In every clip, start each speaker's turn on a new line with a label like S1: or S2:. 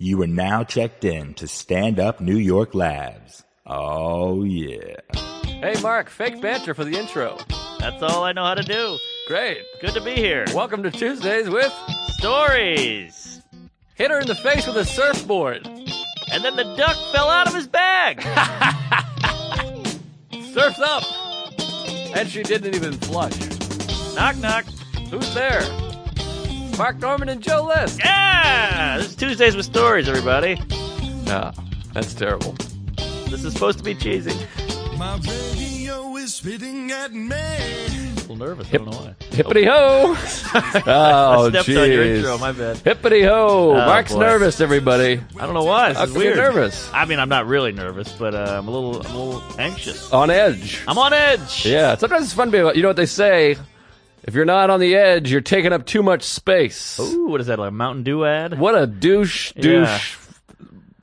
S1: You are now checked in to Stand Up New York Labs. Oh, yeah.
S2: Hey, Mark, fake banter for the intro.
S3: That's all I know how to do.
S2: Great.
S3: Good to be here.
S2: Welcome to Tuesdays with
S3: Stories.
S2: Hit Her in the Face with a Surfboard.
S3: And then the duck fell out of his bag.
S2: Surf's up! And she didn't even flush.
S3: knock knock.
S2: Who's there? Mark Norman and Joe List.
S3: Yeah, this is Tuesdays with Stories, everybody.
S2: No, that's terrible.
S3: This is supposed to be cheesy.
S4: My radio is spitting at me.
S3: A little nervous. I don't know why.
S2: Hippity ho! oh,
S3: Stepped on your intro. My bad.
S2: Hippity ho!
S3: Oh,
S2: Mark's
S3: boy.
S2: nervous, everybody.
S3: I don't know why. This
S2: How
S3: is
S2: come you're
S3: weird.
S2: nervous?
S3: I mean, I'm not really nervous, but uh, I'm a little, I'm a little anxious.
S2: On edge.
S3: I'm on edge.
S2: Oh. Yeah, sometimes it's fun to be, you know what they say? If you're not on the edge, you're taking up too much space.
S3: Ooh, what is that? Like a Mountain Dew ad?
S2: What a douche, douche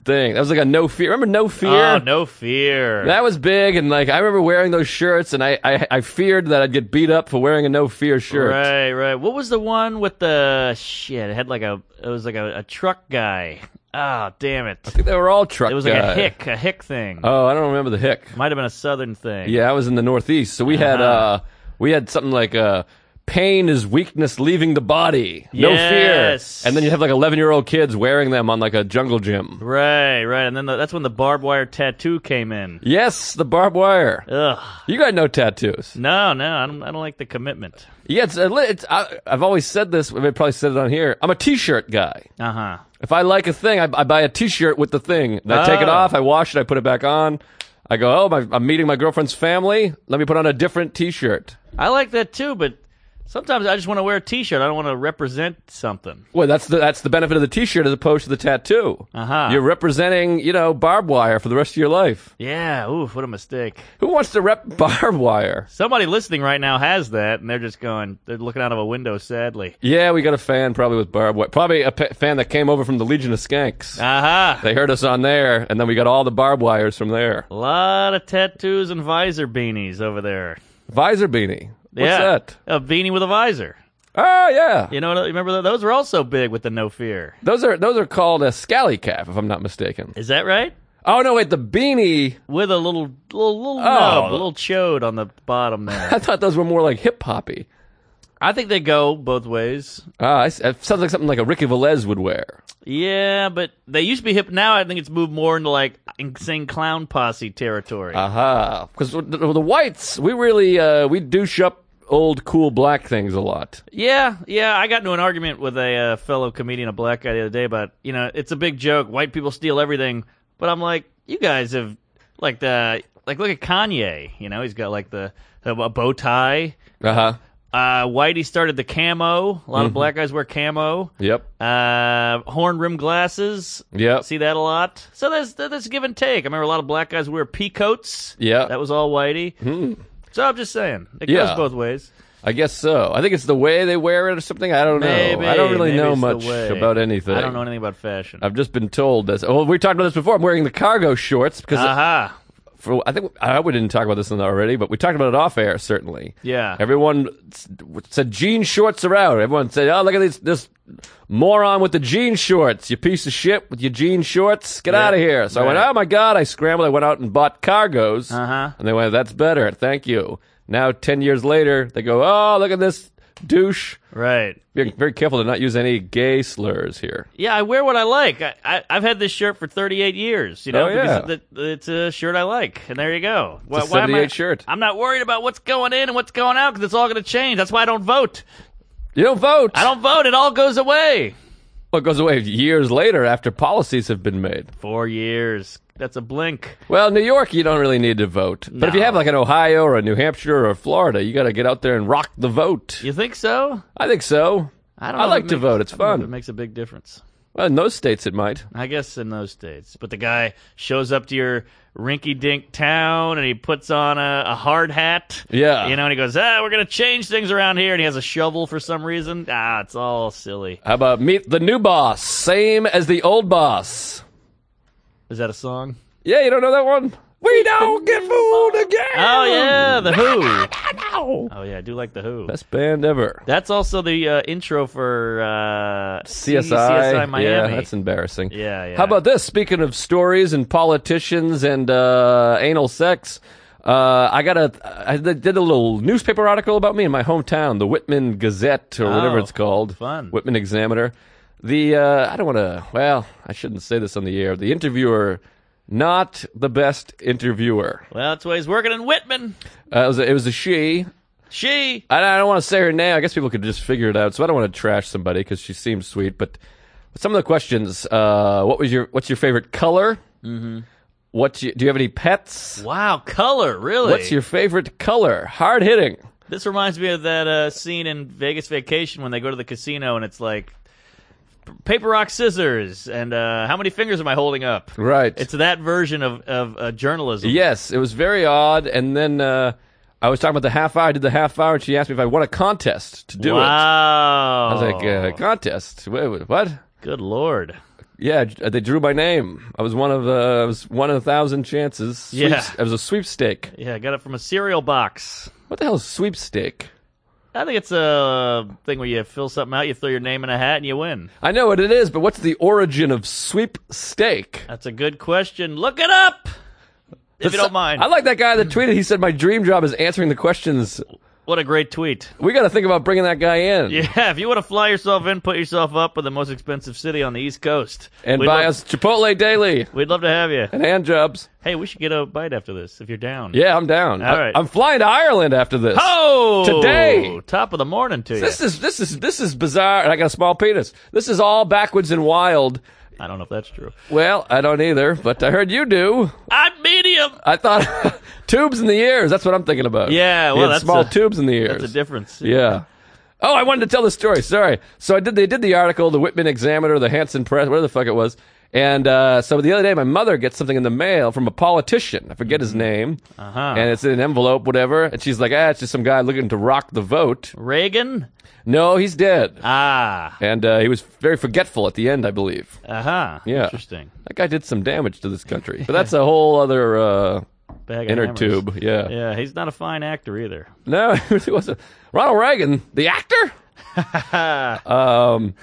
S2: thing. That was like a no fear. Remember no fear?
S3: Oh, no fear.
S2: That was big, and like I remember wearing those shirts, and I, I I feared that I'd get beat up for wearing a no fear shirt.
S3: Right, right. What was the one with the shit? It had like a, it was like a, a truck guy. Ah, damn it.
S2: They were all truck.
S3: It was like
S2: guy.
S3: a hick, a hick thing.
S2: Oh, I don't remember the hick.
S3: Might have been a southern thing.
S2: Yeah, I was in the Northeast, so we had
S3: Uh-huh.
S2: uh we had something like uh pain is weakness leaving the body. No
S3: Yes.
S2: fear, and then you have like eleven year old kids wearing them on like a jungle gym.
S3: Right, right. And then the, that's when the barbed wire tattoo came in.
S2: Yes, the barbed wire.
S3: Ugh.
S2: You got no tattoos.
S3: No, no, I don't, I don't like the commitment.
S2: Yeah, it's, a li- it's I, I've always said this. I probably said it on here. I'm a T-shirt guy.
S3: Uh huh.
S2: If I like a thing, I, I buy a T-shirt with the thing. And I take it
S3: Oh.
S2: off, I wash it, I put it back on. I go, oh, my, I'm meeting my girlfriend's family. Let me put on a different T-shirt.
S3: I like that too, but sometimes I just want to wear a t shirt. I don't want to represent something.
S2: Well, that's the that's the benefit of the T-shirt as opposed to the tattoo.
S3: Uh-huh.
S2: You're representing, you know, barbed wire for the rest of your life.
S3: Yeah, oof, what a mistake.
S2: Who wants to rep barbed wire?
S3: Somebody listening right now has that, and they're just going, they're looking out of a window sadly.
S2: Yeah, we got a fan probably with barbed wire. Probably a pe- fan that came over from the Legion of
S3: Ah.
S2: Skanks.
S3: Aha!
S2: They heard us on there, and then we got all the barbed wires from there.
S3: A lot of tattoos and visor beanies over there.
S2: Visor beanie. What's
S3: yeah.
S2: that?
S3: A beanie with a visor.
S2: Oh yeah.
S3: You know, what? remember tho- those were also big with the no fear.
S2: Those are those are called a scally cap, if I'm not mistaken.
S3: Is that right?
S2: Oh no, wait, the beanie.
S3: With a little little little nub, a little chode on the bottom
S2: I
S3: there.
S2: thought those were more like hip hoppy.
S3: I think they go both ways.
S2: Ah, I s- it sounds like something like a Ricky Velez would wear.
S3: Yeah, but they used to be hip. Now I think it's moved more into like insane clown posse territory. Uh-huh.
S2: Aha, because the, the whites, we really uh, we douche up old cool black things a lot.
S3: yeah, yeah. I got into an argument with a uh, fellow comedian, a black guy, the other day about you know it's a big joke. White people steal everything, but I'm like, you guys have like the like look at Kanye. You know, he's got like the a bow tie.
S2: Uh huh.
S3: Uh, Whitey started the camo. A lot
S2: Mm-hmm.
S3: of black guys wear camo.
S2: Yep.
S3: Uh, horn rim glasses.
S2: Yep.
S3: See that a lot. So there's there's give and take. I remember a lot of black guys wear pea coats.
S2: Yeah. Hmm.
S3: That was all Whitey. So I'm just saying it
S2: Yeah.
S3: goes both ways.
S2: I guess so. I think it's the way they wear it or something. I don't know.
S3: Maybe.
S2: I don't really
S3: maybe
S2: know
S3: it's the
S2: much
S3: way.
S2: about anything.
S3: I don't know anything about fashion.
S2: I've just been told this. Oh, we talked about this before. I'm wearing the cargo shorts because
S3: Aha.
S2: for I think I we didn't talk about this in already, but we talked about it off air certainly.
S3: Yeah.
S2: Everyone s- said jean shorts are out. Everyone said, "Oh, look at this this moron with the jean shorts. You piece of shit with your jean shorts. Get
S3: Yeah.
S2: out of here." So I went,
S3: Right.
S2: "Oh my god!" I scrambled. I went out and bought cargos,
S3: Uh-huh.
S2: and they went, "That's better. Thank you." Now ten years later, they go, "Oh, look at this douche."
S3: Right.
S2: Being very careful to not use any gay slurs here.
S3: Yeah, I wear what I like. I, I I've had this shirt for 38 years. You know,
S2: Oh, yeah.
S3: because it- it's a shirt I like, and there you go. Why-
S2: a
S3: why am I-
S2: 78 shirt.
S3: I'm not worried about what's going in and what's going out because it's all going to change. That's why I don't vote.
S2: You don't vote.
S3: I don't vote. It all goes away.
S2: Well, it goes away years later after policies have been made.
S3: Four years. That's a blink.
S2: Well, New York, you don't really need to vote. But if you
S3: No.
S2: have like an Ohio or a New Hampshire or Florida, you got to get out there and rock the vote.
S3: You think so?
S2: I think so.
S3: I don't.
S2: I
S3: know if
S2: like
S3: it
S2: to
S3: makes-
S2: vote. It's
S3: I don't know if
S2: fun.
S3: It makes a big difference.
S2: Well, in those states, it might.
S3: I guess in those states. But the guy shows up to your rinky-dink town and he puts on a, a hard hat.
S2: Yeah.
S3: You know, and he goes, ah, we're going to change things around here. And he has a shovel for some reason. Ah, it's all silly.
S2: How about meet the new boss, same as the old boss?
S3: Is that a song?
S2: Yeah, you don't know that one? We don't get fooled again.
S3: Oh, yeah, The Oh, Who.
S2: Wow.
S3: Oh yeah, I do like the Who.
S2: Best band ever.
S3: That's also the uh, intro for uh, C-
S2: CSI.
S3: CSI Miami.
S2: Yeah, that's embarrassing.
S3: yeah, yeah.
S2: How about this? Speaking of stories and politicians and uh, anal sex, uh, I got a I did a little newspaper article about me in my hometown, the Whitman Gazette or whatever
S3: Oh,
S2: it's called,
S3: fun.
S2: Whitman Examiner. The uh, I don't want to. Well, I shouldn't say this on the air. The interviewer, not the best interviewer.
S3: Well, that's why he's working in Whitman.
S2: Uh, it was a, it was a she.
S3: She.
S2: I I don't want to say her name. I guess people could just figure it out. So I don't want to trash somebody because she seems sweet. But some of the questions: uh, What was your What's your favorite color? Mm-hmm. What's your, Do you have any pets?
S3: Wow, color really.
S2: What's your favorite color? Hard hitting.
S3: This reminds me of that uh, scene in Vegas Vacation when they go to the casino and it's like paper rock scissors and uh, how many fingers am I holding up?
S2: Right.
S3: It's that version of of uh, journalism.
S2: yes, it was very odd. And then uh, I was talking about the half hour. I did the half hour, and she asked me if I won a contest to do it.
S3: wow.
S2: I was like, uh, contest? Wait, wait, what?
S3: good lord.
S2: Yeah, j- they drew my name. I was one of uh, I was one in a thousand chances. Sweeps-
S3: Yeah.
S2: it was a sweepstake.
S3: Yeah, I got it from a cereal box.
S2: What the hell is sweepstake?
S3: I think it's a thing where you fill something out, you throw your name in a hat, and you win.
S2: I know what it is, but what's the origin of sweepstake?
S3: That's a good question. Look it up if you don't mind.
S2: I like that guy that tweeted. He said, "My dream job is answering the questions."
S3: what a great tweet.
S2: We got to think about bringing that guy in
S3: Yeah, if you want to fly yourself in, put yourself up with the most expensive city on the East Coast.
S2: and
S3: We'd
S2: buy
S3: love-
S2: us Chipotle daily
S3: We'd love to have you.
S2: and hand jobs.
S3: Hey, we should get a bite after this if you're down.
S2: Yeah, I'm down.
S3: All
S2: I,
S3: right.
S2: am flying to Ireland after this.
S3: Oh,
S2: Today.
S3: top of the morning to you.
S2: This is this is this is bizarre. And I got a small penis. This is all backwards and wild.
S3: I don't know if that's true.
S2: Well, I don't either, but I heard you do.
S3: I'm medium.
S2: I thought tubes in the ears. That's what I'm thinking about.
S3: Yeah,
S2: He
S3: well,
S2: had
S3: that's
S2: small
S3: a-
S2: tubes in the ears.
S3: That's a difference.
S2: Yeah. Oh, I wanted to tell the story. Sorry. So I did. They did the article, the Whitman Examiner, the Hanson Press, whatever the fuck it was. And uh, so the other day, my mother gets something in the mail from a politician. I forget his name.
S3: Uh-huh.
S2: And it's in an envelope, whatever. And she's like, "Ah, it's just some guy looking to rock the vote."
S3: Reagan.
S2: No, he's dead.
S3: Ah.
S2: And uh, he was very forgetful at the end, I believe.
S3: Uh huh.
S2: Yeah.
S3: Interesting.
S2: That guy did some damage to this country. But that's a whole other uh,
S3: Bag of
S2: inner
S3: hammers.
S2: tube. Yeah.
S3: Yeah, he's not a fine actor either.
S2: No, it really wasn't. Ronald Reagan, the actor. um,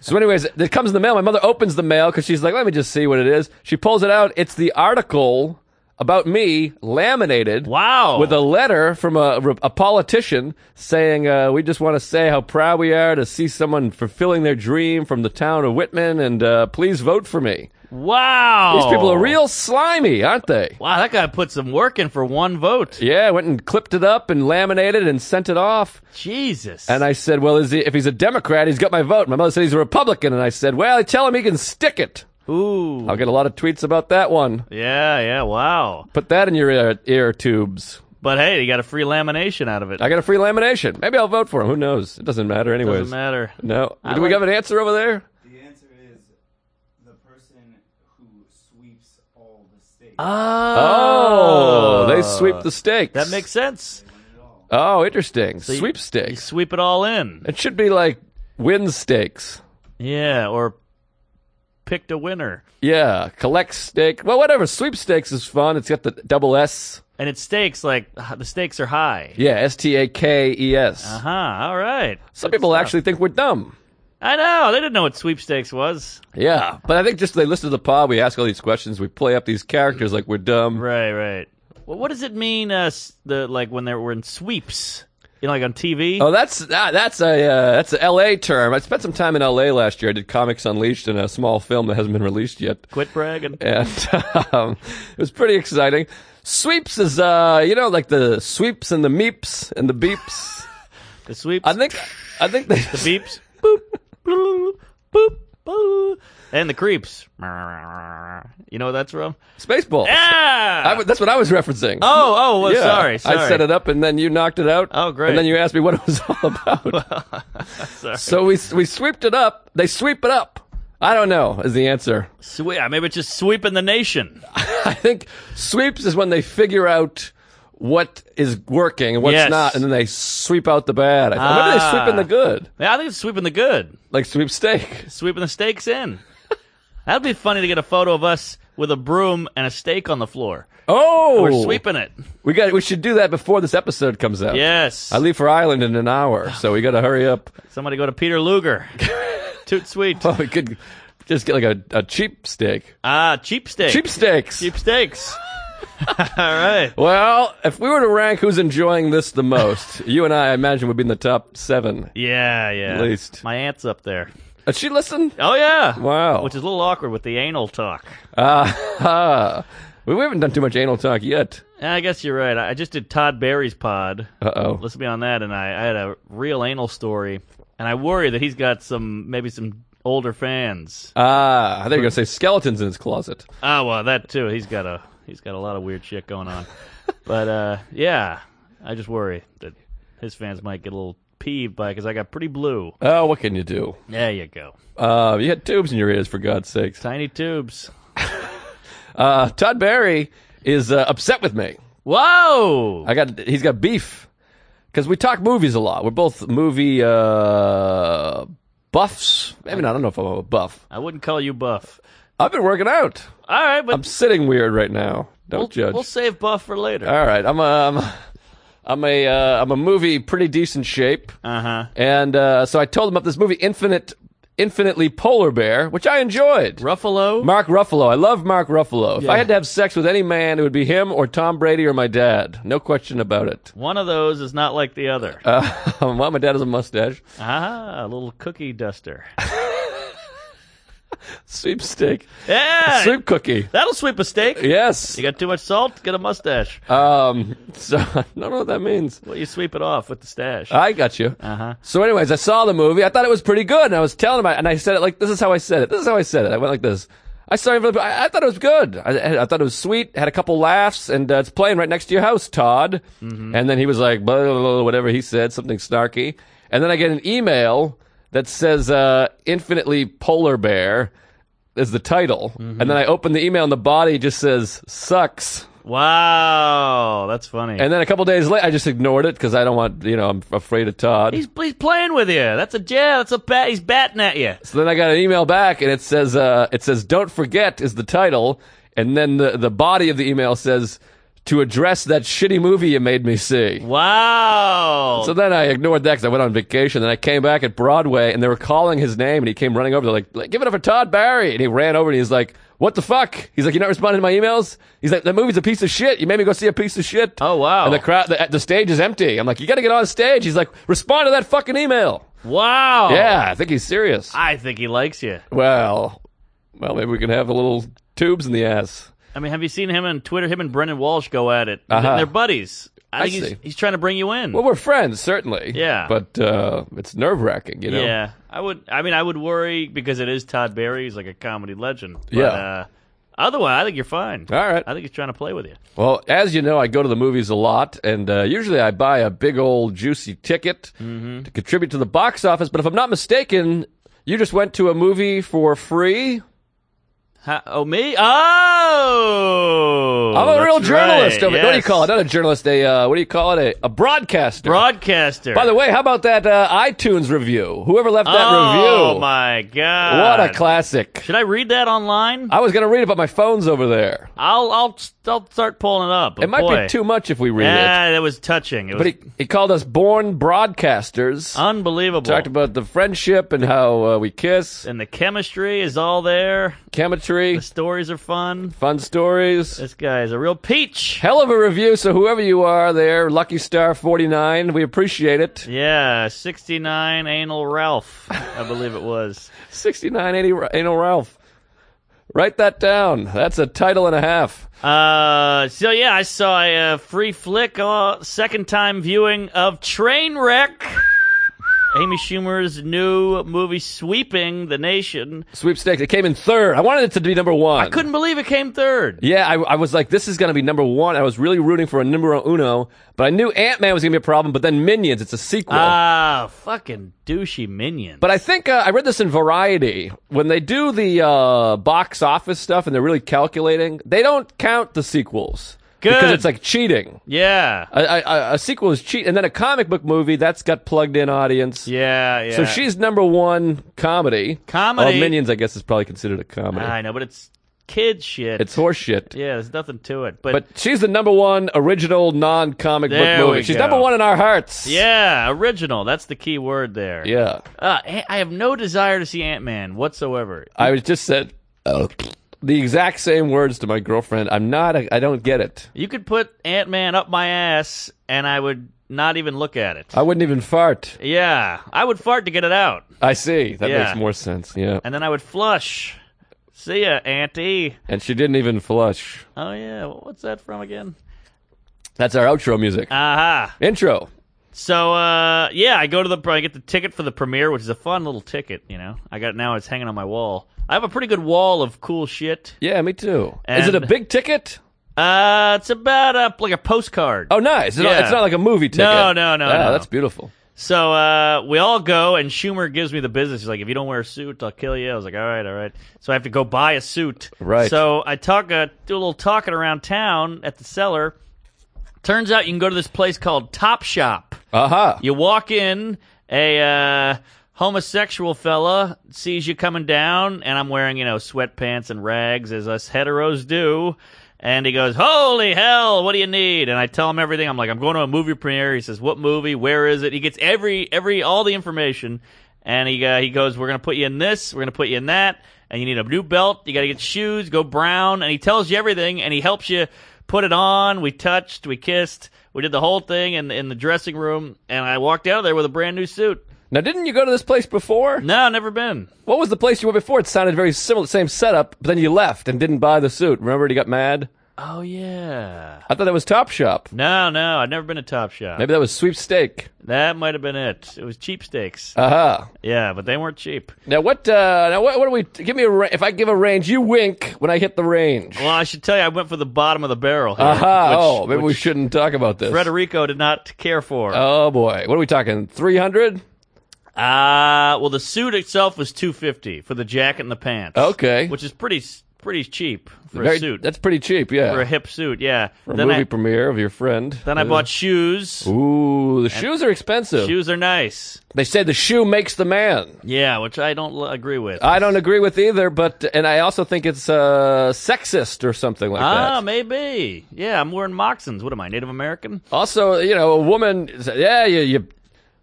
S2: so, anyways, it comes in the mail. My mother opens the mail because she's like, "Let me just see what it is." She pulls it out. It's the article about me, laminated.
S3: Wow.
S2: With a letter from a, a politician saying, uh, "We just want to say how proud we are to see someone fulfilling their dream from the town of Whitman, and uh, please vote for me."
S3: wow.
S2: These people are real slimy, aren't they?
S3: Oh. Wow, that guy put some work in for one vote.
S2: Yeah, went and clipped it up and laminated and sent it off.
S3: Jesus.
S2: And I said, "Well, is he, if he's a Democrat, he's got my vote." My mother said he's a Republican, and I said, "Well, tell him he can stick it."
S3: Ooh.
S2: I'll get a lot of tweets about that one.
S3: Yeah, yeah, wow.
S2: Put that in your ear, ear tubes.
S3: But hey, you got a free lamination out of it.
S2: I got a free lamination. Maybe I'll vote for him. Who knows? It doesn't matter, anyways.
S3: Doesn't matter.
S2: No.
S3: I
S2: Do we
S3: like-
S2: have an answer over there?
S5: The answer is the person who sweeps all the states.
S2: Uh, Oh, they sweep the stakes.
S3: That makes sense.
S2: Oh, interesting.
S3: you-
S2: sweep
S3: You
S2: stakes.
S3: sweep it all in.
S2: It should be like win stakes.
S3: Yeah, or picked a winner.
S2: Yeah, collect stake. Well, whatever. Sweepstakes is fun. It's got the double S.
S3: And it's stakes, like, h- the stakes are high.
S2: Yeah, S T A K E S.
S3: Uh huh. All right.
S2: Some
S3: Good
S2: people
S3: stuff.
S2: actually think we're dumb.
S3: I know. They didn't know what sweepstakes was.
S2: Yeah, but I think just they listen to the pod. We ask all these questions. We play up these characters like we're dumb.
S3: Right, right. Well, what does it mean, uh, s- the like, when they were in sweeps? You know, like on TV?
S2: Oh, that's that, that's a uh, that's a L.A. term. I spent some time in L.A. last year. I did Comics Unleashed in a small film that hasn't been released yet,
S3: Quit bragging.
S2: and um, it was pretty exciting. Sweeps is uh you know like the sweeps and the meeps and the beeps.
S3: The sweeps.
S2: I think I think they
S3: the beeps. boop, bloop, boop, boop. And the creeps. You know what that's from?
S2: Spaceballs.
S3: Ah!
S2: I w that's what I was referencing.
S3: oh, oh, well,
S2: Yeah,
S3: sorry, sorry.
S2: I set it up and then you knocked it out.
S3: Oh, great.
S2: And then you asked me what it was all about. So we we sweeped it up. They sweep it up. I don't know is the answer.
S3: Sweep. Maybe it's just sweeping the nation.
S2: I think sweeps is when they figure out what is working and what's
S3: Yes.
S2: not, and then they sweep out the bad. I thought, maybe they
S3: Ah.
S2: sweep in the good,
S3: Yeah, I think it's sweeping the good,
S2: like sweep steak.
S3: sweeping the stakes in. That'd be funny to get a photo of us with a broom and a stake on the floor.
S2: Oh,
S3: We're sweeping it.
S2: We got. We should do that before this episode comes out.
S3: Yes.
S2: I leave for Ireland in an hour, so we got to hurry up.
S3: Somebody go to Peter Luger. Toot sweet.
S2: Oh, we could just get like a, a cheap steak.
S3: Ah, cheap steak.
S2: Cheap steaks.
S3: Cheap steaks. All right.
S2: Well, if we were to rank who's enjoying this the most, you and I, I imagine, would be in the top seven.
S3: Yeah, yeah.
S2: At least.
S3: My aunt's up there.
S2: Did she listen?
S3: Oh yeah.
S2: Wow.
S3: Which is a little awkward with the anal talk.
S2: Ah, we we haven't done too much anal talk yet.
S3: I guess you're right. I I just did Todd Barry's pod.
S2: Uh oh.
S3: Let's be on that, and I, I had a real anal story, and I worry that he's got some maybe some older fans.
S2: Ah, I thought you were gonna say skeletons in his closet.
S3: Ah, well, that too. He's got a he's got a lot of weird shit going on. but uh, yeah, I just worry that his fans might get a little peeved by because I got pretty blue.
S2: Oh, what can you do?
S3: There you go,
S2: Uh, you had tubes in your ears, for God's sakes.
S3: tiny tubes.
S2: Uh, Todd Barry is uh, upset with me.
S3: Whoa!
S2: I got he's got beef because we talk movies a lot. We're both movie uh, buffs. I mean, I don't know if I'm a buff.
S3: I wouldn't call you buff.
S2: I've been working out.
S3: All right, but
S2: I'm sitting weird right now. Don't
S3: we'll,
S2: judge.
S3: we'll save buff for later.
S2: All right, I'm um, I'm a uh, I'm a movie pretty decent shape,
S3: Uh huh.
S2: and uh, so I told him about this movie Infinite, infinitely polar bear, which I enjoyed.
S3: Ruffalo.
S2: Mark Ruffalo. I love Mark Ruffalo. If I had to have sex with any man, it would be him or Tom Brady or my dad. No question about it.
S3: One of those is not like the other.
S2: Uh, well, my dad has a mustache.
S3: ah, a little cookie duster.
S2: Sweep stick.
S3: Yeah,
S2: Sweep cookie.
S3: that'll sweep a steak.
S2: Yes.
S3: You got too much salt, get a mustache.
S2: Um, so I don't know what that means.
S3: Well, you sweep it off with the stash.
S2: I got you.
S3: Uh-huh.
S2: So, anyways, I saw the movie. I thought it was pretty good, and I was telling him, I- and I said it like this is how I said it. This is how I said it. I went like this. I saw it. I, I thought it was good. I, I thought it was sweet. Had a couple laughs, and uh, it's playing right next to your house, Todd. And then he was like, blah, blah, blah, whatever he said, something snarky. And then I get an email that says, uh, "Infinitely Polar Bear" is the title. And then I open the email, and the body just says, "Sucks."
S3: Wow, that's funny.
S2: And then a couple days later, I just ignored it because I don't want, you know, I'm afraid of Todd.
S3: he's he's playing with you. That's a yeah. That's a bat. He's batting at you.
S2: So then I got an email back, and it says, uh, "It says don't forget" is the title, and then the the body of the email says to address that shitty movie you made me see.
S3: Wow.
S2: So then I ignored that because I went on vacation. Then I came back at Broadway, and they were calling his name, and he came running over. They're like, "Give it up for Todd Barry!" And he ran over, and he's like, "What the fuck?" He's like, "You're not responding to my emails." He's like, "That movie's a piece of shit. You made me go see a piece of shit."
S3: oh wow.
S2: And the crowd, the, the stage is empty. I'm like, "You got to get on stage." He's like, "Respond to that fucking email."
S3: wow.
S2: Yeah, I think he's serious.
S3: I think he likes you.
S2: Well, well, maybe we can have a little tubes in the ass.
S3: I mean, have you seen him on Twitter? Him and Brendan Walsh go at it.
S2: Uh-huh.
S3: They're buddies. I,
S2: I
S3: think he's,
S2: see.
S3: he's trying to bring you in.
S2: Well, we're friends, certainly.
S3: Yeah.
S2: But uh, it's nerve wracking, you know.
S3: Yeah, I would. I mean, I would worry because it is Todd Barry. He's like a comedy legend. But,
S2: Yeah.
S3: Uh, otherwise, I think you're fine.
S2: All right.
S3: I think he's trying to play with you.
S2: Well, as you know, I go to the movies a lot, and uh, usually I buy a big old juicy ticket
S3: Mm-hmm.
S2: to contribute to the box office. But if I'm not mistaken, you just went to a movie for free.
S3: Ha- oh me? Oh,
S2: I'm a
S3: that's
S2: real journalist.
S3: right,
S2: Over, What do you
S3: yes.
S2: call it? Not a journalist. A uh, what do you call it? A, a broadcaster.
S3: Broadcaster.
S2: By the way, how about that uh, iTunes review? Whoever left that
S3: oh,
S2: review,
S3: Oh my god!
S2: what a classic!
S3: Should I read that online?
S2: I was going to read it, but my phone's over there.
S3: I'll I'll I'll start pulling it up.
S2: It might be too much if we read it.
S3: Yeah, that was touching. It was
S2: But he, he called us born broadcasters.
S3: Oh. unbelievable.
S2: Talked about the friendship and how uh, we kiss,
S3: and the chemistry is all there.
S2: chemistry,
S3: The stories are fun.
S2: fun stories.
S3: This guy is a real peach.
S2: Hell of a review. So whoever you are there, Lucky Star 49, we appreciate it.
S3: Yeah, 69 Anal Ralph, I believe it was.
S2: 6980 Anal Ralph. Write that down. That's a title and a half.
S3: Uh, so yeah, I saw a uh, free flick, uh, second time viewing of Trainwreck. Amy Schumer's new movie sweeping the nation.
S2: Sweepstakes. It came in third. I wanted it to be number one.
S3: I couldn't believe it came third.
S2: Yeah, I, I was like, this is going to be number one. I was really rooting for a numero uno, but I knew Ant Man was going to be a problem. But then Minions, it's a sequel.
S3: Ah, fucking douchey minion.
S2: but I think uh, I read this in Variety when they do the uh, box office stuff and they're really calculating. They don't count the sequels because
S3: Good.
S2: it's like cheating.
S3: yeah,
S2: A, a- a, a sequel is cheat, and then a comic book movie that's got plugged in audience.
S3: yeah, yeah.
S2: So she's number one comedy.
S3: Comedy.
S2: Oh, Minions, I guess, is probably considered a comedy.
S3: I know, but it's kid shit.
S2: It's horseshit.
S3: yeah, there's nothing to it. But,
S2: But she's the number one original non comic book
S3: There
S2: movie.
S3: we
S2: She's
S3: go.
S2: number one in our hearts.
S3: yeah, original. That's the key word there.
S2: Yeah.
S3: Uh, I I have no desire to see Ant Man whatsoever.
S2: I was just said the exact same words to my girlfriend. I'm not, a, I don't get it.
S3: You could put Ant Man up my ass, and I would not even look at it.
S2: I wouldn't even fart.
S3: yeah, I would fart to get it out,
S2: I see. That
S3: Yeah.
S2: makes more sense. Yeah.
S3: and then I would flush. See ya, Auntie.
S2: And she didn't even flush.
S3: Oh yeah, what's that from again?
S2: That's our outro
S3: Uh,
S2: music.
S3: Aha.
S2: Intro.
S3: So uh, yeah, I go to the I get the ticket for the premiere, which is a fun little ticket. You know, I got now it's hanging on my wall. I have a pretty good wall of cool shit.
S2: Yeah, me too. Is it
S3: And-
S2: a big ticket?
S3: Uh, it's about uh, like a postcard.
S2: Oh, nice. It's, not,
S3: Yeah.
S2: it's not like a movie ticket.
S3: No, no, no,
S2: Wow,
S3: no.
S2: That's beautiful.
S3: So uh, we all go, and Schumer gives me the business. He's like, "If you don't wear a suit, I'll kill you." I was like, "All right, all right." So I have to go buy a suit.
S2: Right.
S3: So I talk, uh, do a little talking around town at the cellar. Turns out you can go to this place called Top Shop.
S2: Aha.
S3: You walk in, a uh, homosexual fella sees you coming down, and I'm wearing, you know, sweatpants and rags, as us heteros do. And he goes, Holy hell, what do you need? And I tell him everything. I'm like, I'm going to a movie premiere. He says, What movie? Where is it? He gets every, every, all the information. And he, uh, he goes, We're going to put you in this. We're going to put you in that. And you need a new belt. You got to get shoes. Go brown. And he tells you everything. And he helps you put it on. We touched. We kissed. We did the whole thing in, in the dressing room. And I walked out of there with a brand new suit.
S2: Now, didn't you go to this place before?
S3: No, never been.
S2: What was the place you went before? It sounded very similar, same setup, but then you left and didn't buy the suit. Remember, you got mad?
S3: Oh, yeah.
S2: I thought that was Top Shop.
S3: No, no, I've never been to Top Shop.
S2: Maybe that was Sweepstake.
S3: That might have been it. It was cheap steaks.
S2: Aha.
S3: yeah, but they weren't cheap.
S2: Now what? Uh, now what? What do we? Give me a. Ra- if I give a range, you wink when I hit the range.
S3: Well, I should tell you, I went for the bottom of the barrel here.
S2: Aha!
S3: which-
S2: oh, maybe we
S3: which
S2: shouldn't talk about this.
S3: Frederico did not care for.
S2: Oh boy, what are we talking? Three hundred?
S3: Uh well, the suit itself was two fifty for the jacket and the pants.
S2: Okay.
S3: which is pretty s- pretty cheap for
S2: Very-
S3: a suit
S2: That's pretty cheap. Yeah.
S3: for a hip suit. Yeah.
S2: For a
S3: then
S2: movie
S3: I,
S2: premiere of your friend. Uh,
S3: then I bought shoes.
S2: Ooh, the shoes are expensive.
S3: Shoes are nice.
S2: They say the shoe makes the man.
S3: Yeah, which I don't l- agree with.
S2: I don't agree with either, but and I also think it's uh, sexist or something like that.
S3: ah, maybe. Yeah, I'm wearing moccasins. What am I, Native American?
S2: Also, you know, a woman. is- Yeah, you, you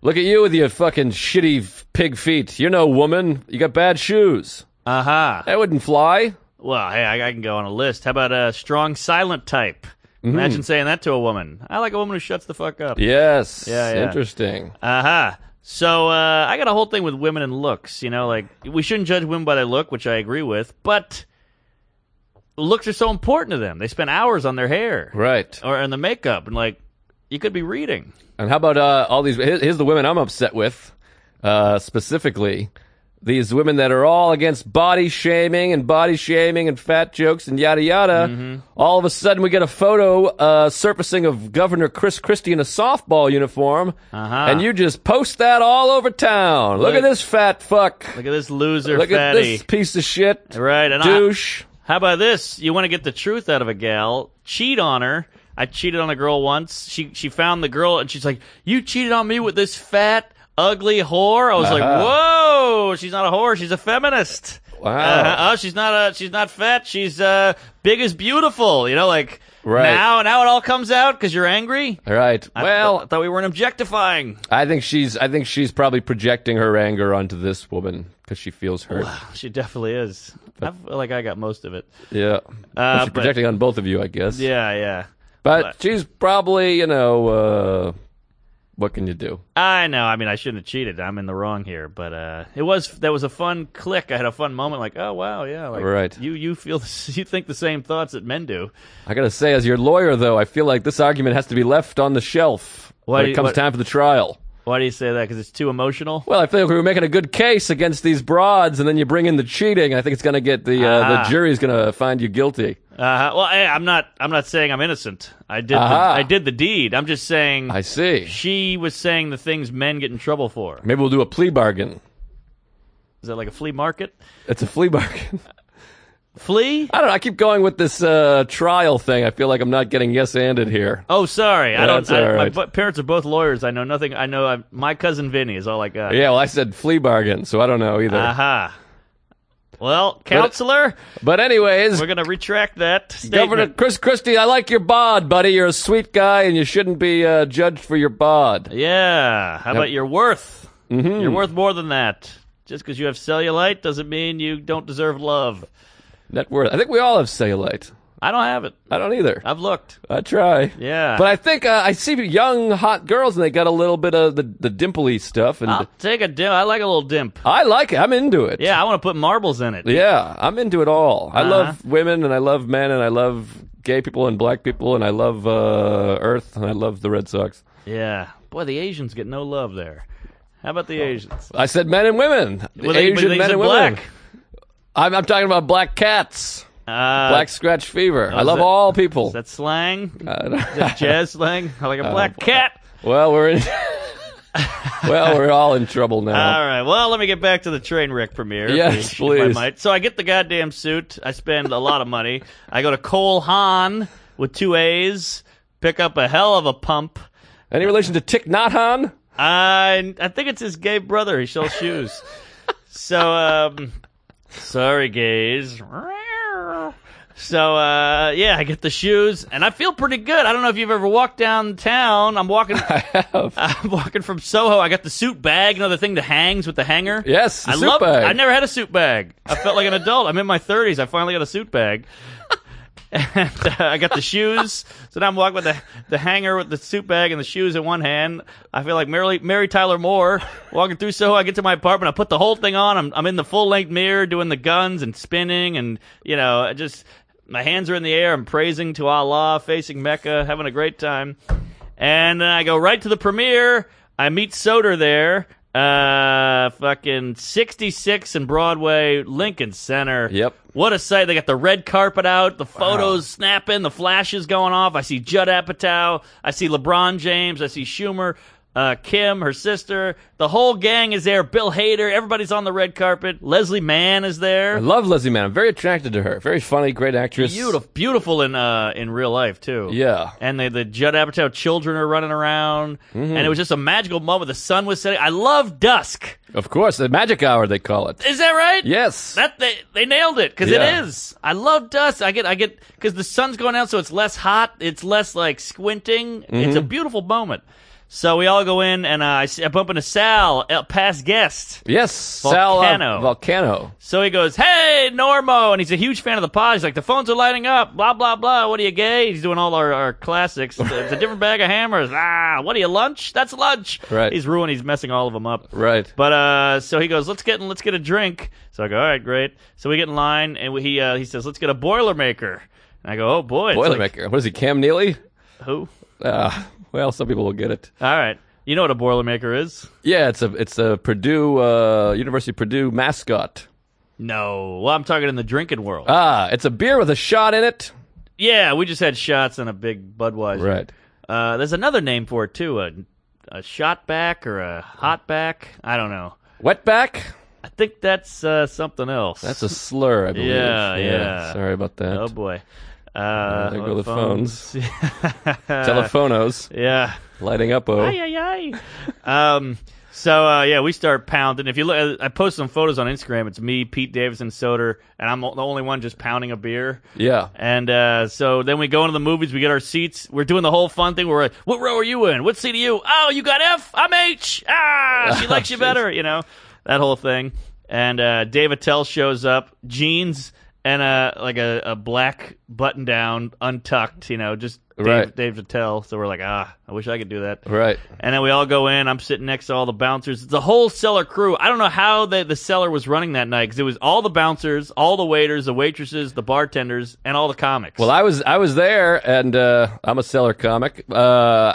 S2: look at you with your fucking shitty f- pig feet. You're no woman. You got bad shoes.
S3: Uh huh.
S2: That wouldn't fly.
S3: Well, hey, I, I can go on a list. How about a strong silent type?
S2: Mm.
S3: Imagine saying that to a woman. I like a woman who shuts the fuck up.
S2: Yes.
S3: Yeah, yeah.
S2: Interesting.
S3: Uh-huh. So uh, I got a whole thing with women and looks, you know, like we shouldn't judge women by their look, which I agree with, but looks are so important to them. They spend hours on their hair
S2: Right.
S3: or on the makeup and like you could be reading.
S2: And how about uh, all these? Here's here's the women I'm upset with, uh, specifically. These women that are all against body shaming and body shaming and fat jokes and yada yada.
S3: Mm-hmm.
S2: All of a sudden, we get a photo uh, surfacing of Governor Chris Christie in a softball uniform,
S3: Uh-huh.
S2: and you just post that all over town. Look, at
S3: Look-
S2: this fat fuck.
S3: Look at this loser
S2: Look at
S3: fatty.
S2: this piece of shit.
S3: Right, and I-
S2: douche.
S3: How about this? You want to get the truth out of a gal? Cheat on her. I cheated on a girl once. She she found the girl and she's like, "You cheated on me with this fat, ugly whore." I was like, "Whoa!" She's not a whore. She's a feminist.
S2: Uh-huh. Wow.
S3: Uh, oh, she's not a she's not fat. She's uh, big is beautiful. You know, like
S2: Right.
S3: now now it all comes out because you're angry.
S2: All right.
S3: I
S2: well,
S3: th- I thought we weren't objectifying.
S2: I think she's. I think she's probably projecting her anger onto this woman because she feels hurt.
S3: Oh, She definitely is. I feel like I got most of it.
S2: Yeah.
S3: Uh,
S2: she's
S3: but-
S2: projecting on both of you, I guess.
S3: Yeah, yeah.
S2: But,
S3: but-
S2: she's probably, you know, uh, what can you do?
S3: I know. I mean, I shouldn't have cheated. I'm in the wrong here, but uh, it was that was a fun click. I had a fun moment. Like, oh wow, yeah, like,
S2: Right.
S3: You you feel you think the same thoughts that men do.
S2: I gotta say, as your lawyer, though, I feel like this argument has to be left on the shelf
S3: Why
S2: when
S3: do
S2: it
S3: you-
S2: comes
S3: what-
S2: time for the trial.
S3: Why do you say that? Because it's too emotional.
S2: Well, I feel like we were making a good case against these broads, and then you bring in the cheating. I think it's gonna get the uh,
S3: Ah.
S2: the jury's gonna find you guilty.
S3: Uh, well, I, I'm not. I'm not saying I'm innocent. I did. The,
S2: Aha.
S3: I did the deed. I'm just saying
S2: I see.
S3: she was saying the things men get in trouble for.
S2: Maybe we'll do a plea bargain.
S3: Is that like a flea market?
S2: It's a flea bargain.
S3: Flea?
S2: I don't know. I keep going with this uh, trial thing. I feel like I'm not getting yes-anded here.
S3: Oh, sorry. I don't.
S2: That's all
S3: I, My
S2: right.
S3: bu- parents are both lawyers. I know nothing. I know. i my cousin Vinny is all I got.
S2: Yeah, well, I said flea bargain, so I don't know either.
S3: Aha. Well, counselor,
S2: But anyways,
S3: we're going to retract that statement.
S2: Governor Chris Christie, I like your bod, buddy. You're a sweet guy, and you shouldn't be uh, judged for your bod.
S3: Yeah. How about your worth?
S2: Mm-hmm.
S3: You're worth more than that. Just because you have cellulite doesn't mean you don't deserve love.
S2: Net worth. I think we all have cellulite.
S3: I don't have it.
S2: I don't either.
S3: I've looked.
S2: I try.
S3: Yeah.
S2: But I think uh, I see young hot girls, and they got a little bit of the the dimply stuff, and
S3: I'll take a dim. I like a little dimp.
S2: I like it. I'm into it.
S3: Ah. Yeah, I want to put marbles in it.
S2: Yeah, I'm into it all. I
S3: Uh-huh.
S2: love women, and I love men, and I love gay people and black people, and I love uh, Earth, and I love the Red Sox.
S3: Yeah. Boy, the Asians get no love there. How about
S2: Oh.
S3: the Asians?
S2: I said men and women.
S3: Well, they- but
S2: Asian
S3: they
S2: men
S3: said
S2: and women.
S3: black.
S2: I'm, I'm talking about black cats.
S3: Uh, oh,
S2: Black scratch fever. I
S3: is
S2: love
S3: that-
S2: all people.
S3: Is that slang?
S2: I
S3: Is
S2: don't-
S3: that jazz slang? I
S2: Uh,
S3: like a black cat.
S2: well, we're in. well, we're all in trouble now.
S3: All right. Well, let me get back to the train wreck premiere.
S2: Yes,
S3: if I
S2: please.
S3: might. So I get the goddamn suit. I spend a lot of money. I go to Cole Haan with two A's. Pick up a hell of a pump.
S2: Any relation to Tick Nathan?
S3: I I think it's his gay brother. He sells shoes. so um, sorry, gays. So uh, yeah, I get the shoes, and I feel pretty good. I don't know if you've ever walked downtown. I'm walking. I'm walking from Soho. I got the suit bag, you know, the thing that hangs with the hanger.
S2: Yes, the
S3: I
S2: suit
S3: love.
S2: bag.
S3: I never had a suit bag. I felt like an adult. I'm in my 30s. I finally got a suit bag. And uh, I got the shoes, so now I'm walking with the the hanger with the suit bag and the shoes in one hand. I feel like Mary, Mary Tyler Moore walking through Soho. I get to my apartment, I put the whole thing on. I'm I'm in the full length mirror doing the guns and spinning, and you know, I just my hands are in the air. I'm praising to Allah, facing Mecca, having a great time. And then I go right to the premiere. I meet Soder there. Uh, fucking 66 and Broadway, Lincoln Center.
S2: Yep.
S3: What a sight. They got the red carpet out, the photos snapping, the flashes going off. I see Judd Apatow. I see LeBron James. I see Schumer, uh, Kim, her sister. The whole gang is there. Bill Hader. Everybody's on the red carpet. Leslie Mann is there.
S2: I love Leslie Mann. I'm very attracted to her. Very funny, great actress.
S3: Beautiful, beautiful in uh in real life too.
S2: Yeah.
S3: and the the Judd Apatow children are running around, and it was just a magical moment. The sun was setting. I love dusk.
S2: Of course, the magic hour they call it.
S3: Is that right?
S2: Yes.
S3: That they they nailed it because
S2: Yeah.
S3: it is. I love dusk. I get I get because the sun's going out, so it's less hot. It's less like squinting. It's a
S2: Mm-hmm.
S3: beautiful moment. So we all go in, and uh, I, see, I bump into Sal, uh, past guest.
S2: yes. Sal, uh,
S3: Volcano.
S2: volcano.
S3: So he goes, "Hey, Normo," and he's a huge fan of the pod. He's like, "The phones are lighting up, blah blah blah. What are you gay?" He's doing all our, our classics. It's a different bag of hammers. Ah, what are you lunch? That's lunch.
S2: Right.
S3: He's ruined. He's messing all of them up.
S2: Right.
S3: But uh, so he goes, "Let's get in, let's get a drink." So I go, "All right, great." So we get in line, and we, he uh, he says, "Let's get a Boilermaker." And I go, "Oh boy, it's like-
S2: Boilermaker. what is he, Cam Neely?
S3: who?
S2: Uh, well, some people will get it.
S3: All right, you know what a Boilermaker is?
S2: Yeah, it's a it's a Purdue uh, University of Purdue mascot.
S3: No, well, I'm talking in the drinking world.
S2: Ah, it's a beer with a shot in it.
S3: yeah, we just had shots and a big Budweiser.
S2: Right.
S3: Uh, there's another name for it too a, a shot back or a hot back. I don't know.
S2: Wetback.
S3: I think that's uh, something else.
S2: That's a slur, I believe.
S3: Yeah, yeah.
S2: Sorry about that.
S3: oh boy. Uh,
S2: there go the
S3: Telephone.
S2: Telephonos
S3: yeah.
S2: lighting up. Oh,
S3: Ay, ay, ay. um, so uh, yeah, we start pounding. If you look, I posted some photos on Instagram. It's me, Pete Davidson, Soder, and I'm the only one just pounding a beer.
S2: yeah.
S3: And uh, so then we go into the movies, we get our seats. We're doing the whole fun thing. We're like, what row are you in? What seat are you? Oh, you got F. I'm H. Ah, she likes you better, you know, that whole thing. And uh, Dave Attell shows up, jeans and a, like a, a black button down, untucked, you know, just Dave,
S2: Right.
S3: Dave Attell. So we're like, ah, I wish I could do that.
S2: Right.
S3: And then we all go in. I'm sitting next to all the bouncers. It's a whole cellar crew. I don't know how the, the cellar was running that night because it was all the bouncers, all the waiters, the waitresses, the bartenders, and all the comics.
S2: Well, I was I was there, and uh, I'm a cellar comic. Uh,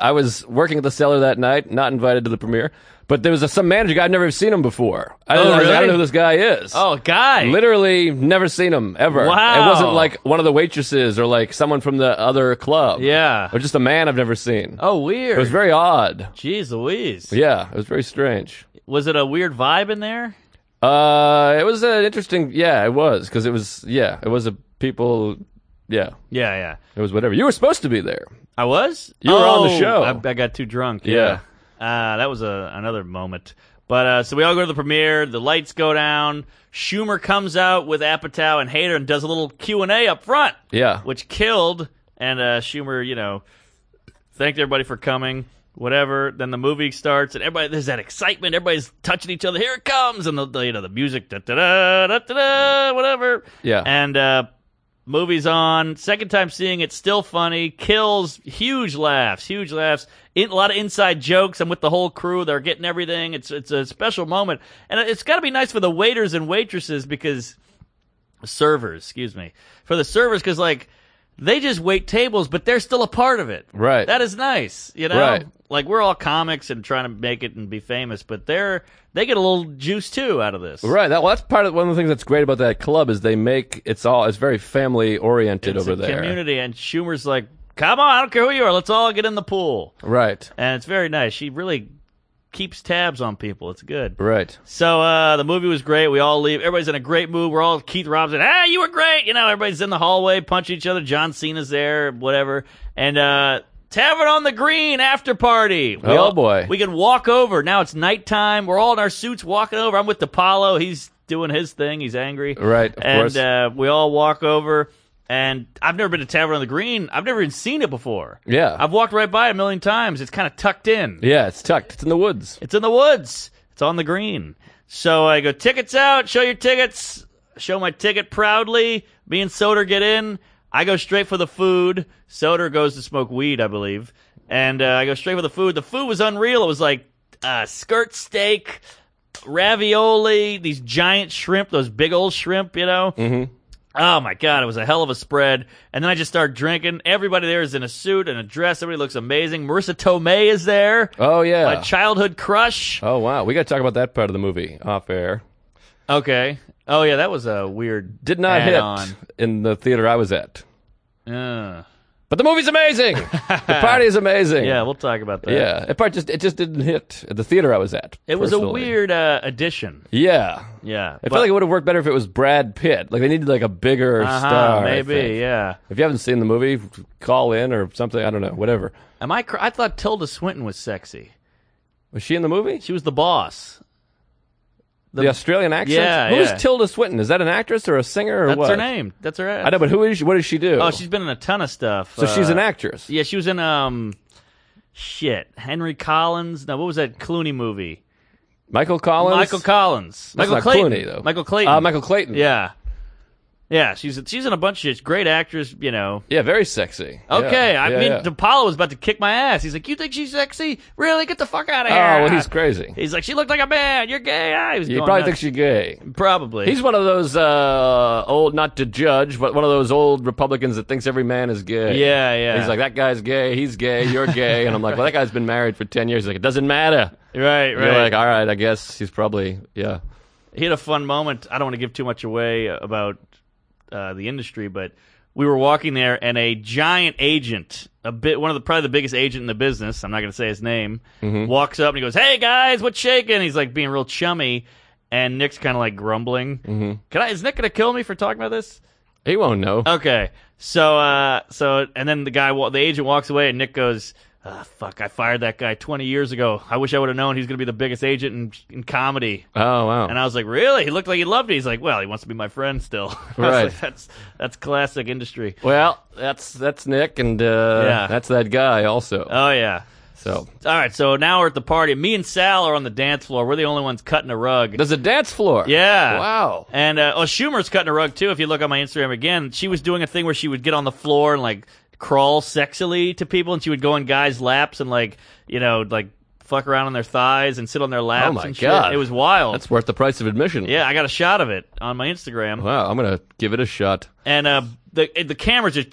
S2: I was working at the cellar that night, not invited to the premiere. But there was a, some manager guy I'd never seen him before. I don't,
S3: Oh,
S2: know, I was like, I
S3: really?
S2: don't know who this guy is.
S3: oh, guy.
S2: Literally never seen him ever.
S3: Wow.
S2: It wasn't like one of the waitresses or like someone from the other club.
S3: Yeah.
S2: Or just a man I've never seen.
S3: Oh, weird.
S2: It was very odd.
S3: Jeez Louise.
S2: Yeah, it was very strange.
S3: Was it a weird vibe in there?
S2: Uh, it was an interesting. Yeah, it was because it was. Yeah, it was a people. Yeah,
S3: Yeah, yeah.
S2: it was whatever. You were supposed to be there.
S3: I was?
S2: You were on the
S3: Oh,
S2: show.
S3: I, I got too drunk.
S2: Yeah.
S3: Yeah. Uh, that was a, another moment. But uh, so we all go to the premiere. The lights go down. Schumer comes out with Apatow and Hader and does a little Q and A up front,
S2: Yeah.
S3: which killed. And uh, Schumer, you know, thanked everybody for coming. Whatever. Then the movie starts, and everybody there's that excitement. Everybody's touching each other. Here it comes, and the, the you know the music, da da da da da, whatever.
S2: Yeah.
S3: And uh, movie's on. Second time seeing it, still funny. Kills, huge laughs, huge laughs. In, a lot of inside jokes. I'm with the whole crew. They're getting everything. It's it's a special moment, and it's got to be nice for the waiters and waitresses because servers, excuse me, for the servers because like they just wait tables, but they're still a part of it.
S2: Right.
S3: That is nice. You know,
S2: Right.
S3: like we're all comics and trying to make it and be famous, but they're they get a little juice too out of this.
S2: Right. That, well, that's part of one of the things that's great about that club is they make it's all it's very family oriented
S3: It's
S2: over
S3: a
S2: there.
S3: community, and Schumer's like, "Come on, I don't care who you are. Let's all get in the pool."
S2: Right.
S3: And it's very nice. She really keeps tabs on people. It's good.
S2: Right.
S3: So uh, the movie was great. We all leave. Everybody's in a great mood. We're all Keith Robinson. Hey, you were great. You know, everybody's in the hallway punching each other. John Cena's there, whatever. And uh, Tavern on the Green after party. We
S2: Oh,
S3: all,
S2: boy.
S3: We can walk over. Now it's nighttime. We're all in our suits walking over. I'm with DePaulo. He's doing his thing. He's angry.
S2: Right, of
S3: and
S2: course.
S3: Uh, we all walk over. And I've never been to Tavern on the Green. I've never even seen it before.
S2: Yeah.
S3: I've walked right by it a million times. It's kind of tucked in.
S2: Yeah. It's tucked. It's in the woods.
S3: It's in the woods. It's on the green. So I go, tickets out. Show your tickets. Show my ticket proudly. Me and Soder get in. I go straight for the food. Soder goes to smoke weed, I believe. And uh, I go straight for the food. The food was unreal. It was like uh, skirt steak, ravioli, these giant shrimp, those big old shrimp, you know? Oh my god, it was a hell of a spread. And then I just start drinking. Everybody there is in a suit and a dress. Everybody looks amazing. Marissa Tomei is there
S2: Oh
S3: my
S2: yeah.
S3: childhood crush.
S2: oh wow. We got to talk about that part of the movie off air.
S3: Okay. Oh yeah, that was a weird.
S2: Did not hit
S3: add-on.
S2: in the theater I was at.
S3: Uh,
S2: But the movie's amazing. the party is amazing.
S3: yeah, we'll talk about that.
S2: Yeah, it part just it just didn't hit at the theater I was at.
S3: It was a
S2: personally.
S3: weird uh, addition.
S2: Yeah,
S3: Yeah.
S2: I felt like it would have worked better if it was Brad Pitt. Like they needed like a bigger
S3: uh-huh,
S2: star. I
S3: Maybe.
S2: think.
S3: Yeah.
S2: If you haven't seen the movie, call in or something. I don't know. Whatever.
S3: Am I? Cr- I thought Tilda Swinton was sexy.
S2: Was she in the movie?
S3: She was the boss.
S2: The, Australian accent.
S3: Yeah,
S2: Who's
S3: yeah.
S2: Tilda Swinton? Is that an actress or a singer or
S3: That's
S2: what?
S3: her name. That's her.
S2: I know, but who is she? What does she do?
S3: oh, she's been in a ton of stuff.
S2: so she's an
S3: actor.
S2: actress.
S3: Yeah, she was in um, shit. Henry Collins. No, what was that Clooney movie?
S2: Michael Collins.
S3: Michael Collins.
S2: That's
S3: Michael
S2: not
S3: Clayton.
S2: Clooney, though.
S3: Michael Clayton.
S2: Uh, Michael Clayton.
S3: Yeah. Yeah, she's she's in a bunch of shit. Great actress, you know.
S2: Yeah, very sexy. Yeah,
S3: Okay, I
S2: yeah,
S3: mean,
S2: yeah.
S3: DePaulo was about to kick my ass. He's like, "You think she's sexy? Really? Get the fuck out of
S2: oh,
S3: here!"
S2: well, he's crazy.
S3: He's like, "She looked like a man. You're gay." Ah, he was
S2: You
S3: going
S2: probably
S3: nuts.
S2: think she's gay.
S3: probably.
S2: He's one of those uh, old, not to judge, but one of those old Republicans that thinks every man is gay.
S3: yeah, yeah.
S2: He's like, that guy's gay, he's gay, you're gay. And I'm like, well, that guy's been married for 10 years. He's like, it doesn't matter.
S3: right,
S2: You're
S3: right.
S2: like, all right, I guess he's probably, yeah.
S3: he had a fun moment. I don't want to give too much away about uh, the industry, but we were walking there, and a giant agent, a bit one of the probably the biggest agent in the business. I'm not going to say his name. Walks up and he goes, "Hey guys, what's shaking?" He's like being real chummy, and Nick's kind of like grumbling. Mm-hmm. Can I? Is Nick going to kill me for talking about this?
S2: He won't know.
S3: Okay. So, uh, so, and then the guy, wa- the agent walks away, and Nick goes, Ah, fuck, I fired that guy 20 years ago. I wish I would have known he's going to be the biggest agent in, in comedy.
S2: oh, wow.
S3: And I was like, really? He looked like he loved me. He's like, well, he wants to be my friend still. I was
S2: Right.
S3: like, that's, that's classic industry.
S2: well, that's that's Nick, and uh,
S3: Yeah.
S2: that's that guy also.
S3: Oh, yeah.
S2: so
S3: All right. So now we're at the party. Me and Sal are on the dance floor. We're the only ones cutting a rug.
S2: there's a dance floor.
S3: Yeah.
S2: Wow.
S3: And uh, oh, Schumer's cutting a rug too. If you look on my Instagram again, she was doing a thing where she would get on the floor and like crawl sexily to people, and she would go in guys' laps and like you know like fuck around on their thighs and sit on their laps.
S2: Oh, my
S3: and shit.
S2: God.
S3: it was wild.
S2: That's worth the price of admission.
S3: yeah, I got a shot of it on my Instagram,
S2: Wow, I'm going to give it a shot.
S3: and uh, the the cameras just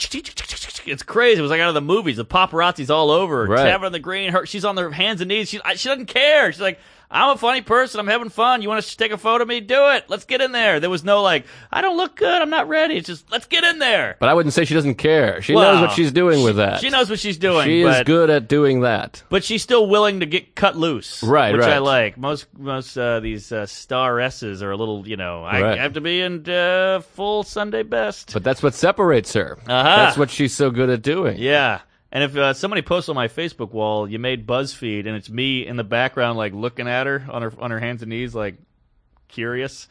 S3: it's crazy. It was like out of the movies. The paparazzi's all over. her.
S2: Right.
S3: Tavern on the green. Her she's on her hands and knees. She I- she doesn't care. She's like. I'm a funny person. I'm having fun. You want to take a photo of me? Do it. Let's get in there. There was no like, I don't look good. I'm not ready. It's just let's get in there.
S2: But I wouldn't say she doesn't care. She
S3: Well,
S2: knows what she's doing with that.
S3: She knows what she's doing.
S2: She
S3: but,
S2: is good at doing that.
S3: but she's still willing to get cut loose,
S2: Right,
S3: Which
S2: right.
S3: I like. Most most uh, these uh, star S's are a little, you know, I
S2: Right.
S3: have to be in uh, full Sunday best.
S2: But that's what separates her.
S3: Uh-huh.
S2: That's what she's so good at doing.
S3: Yeah. And if uh, somebody posts on my Facebook wall, you made BuzzFeed, and it's me in the background, like looking at her on her on her hands and knees, like curious.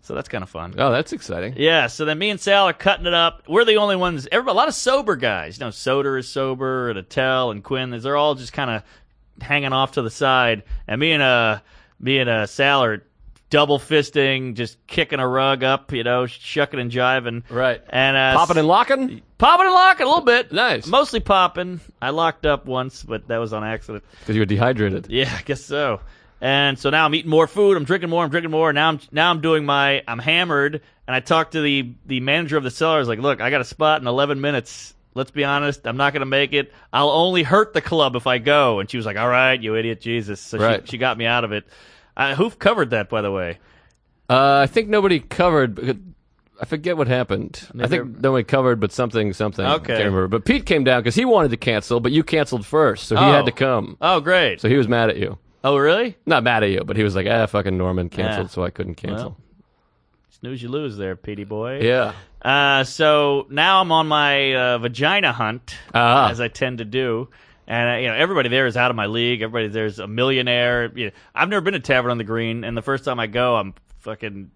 S3: So that's kind of fun.
S2: Oh, that's exciting.
S3: Yeah, so then me and Sal are cutting it up. We're the only ones. Everybody, a lot of sober guys. You know, Soder is sober, and Attell and Quinn. They're all just kind of hanging off to the side. And me and uh, me and uh, Sal are double fisting, just kicking a rug up. You know, shucking and jiving.
S2: Right.
S3: And uh,
S2: Popping and locking.
S3: popping and locking a little bit.
S2: Nice.
S3: Mostly popping. I locked up once, but that was on accident.
S2: Because you were dehydrated.
S3: Yeah, I guess so. And so now I'm eating more food. I'm drinking more. I'm drinking more. Now I'm now I'm doing my. I'm hammered. And I talked to the the manager of the cellar. I was like, "Look, I got a spot in 11 minutes. Let's be honest. I'm not going to make it. I'll only hurt the club if I go." And she was like, "All right, you idiot, Jesus." So
S2: Right.
S3: she, she got me out of it. Uh, who covered that, by the way?
S2: Uh, I think nobody covered. because- I forget what happened. I think
S3: Maybe-
S2: nobody covered, but something, something. I
S3: Okay.
S2: can't remember. But Pete came down because he wanted to cancel, but you canceled first, so he
S3: Oh.
S2: had to come.
S3: Oh, great.
S2: So he was mad at you.
S3: oh, really?
S2: Not mad at you, but he was like, ah, fucking Norman canceled,
S3: Yeah.
S2: so I couldn't cancel.
S3: Snooze, you lose, there, Petey boy.
S2: yeah.
S3: Uh, so now I'm on my uh, vagina hunt,
S2: Ah.
S3: as I tend to do. And uh, you know, everybody there is out of my league. Everybody there's a millionaire. You know, I've never been to Tavern on the Green, and the first time I go, I'm fucking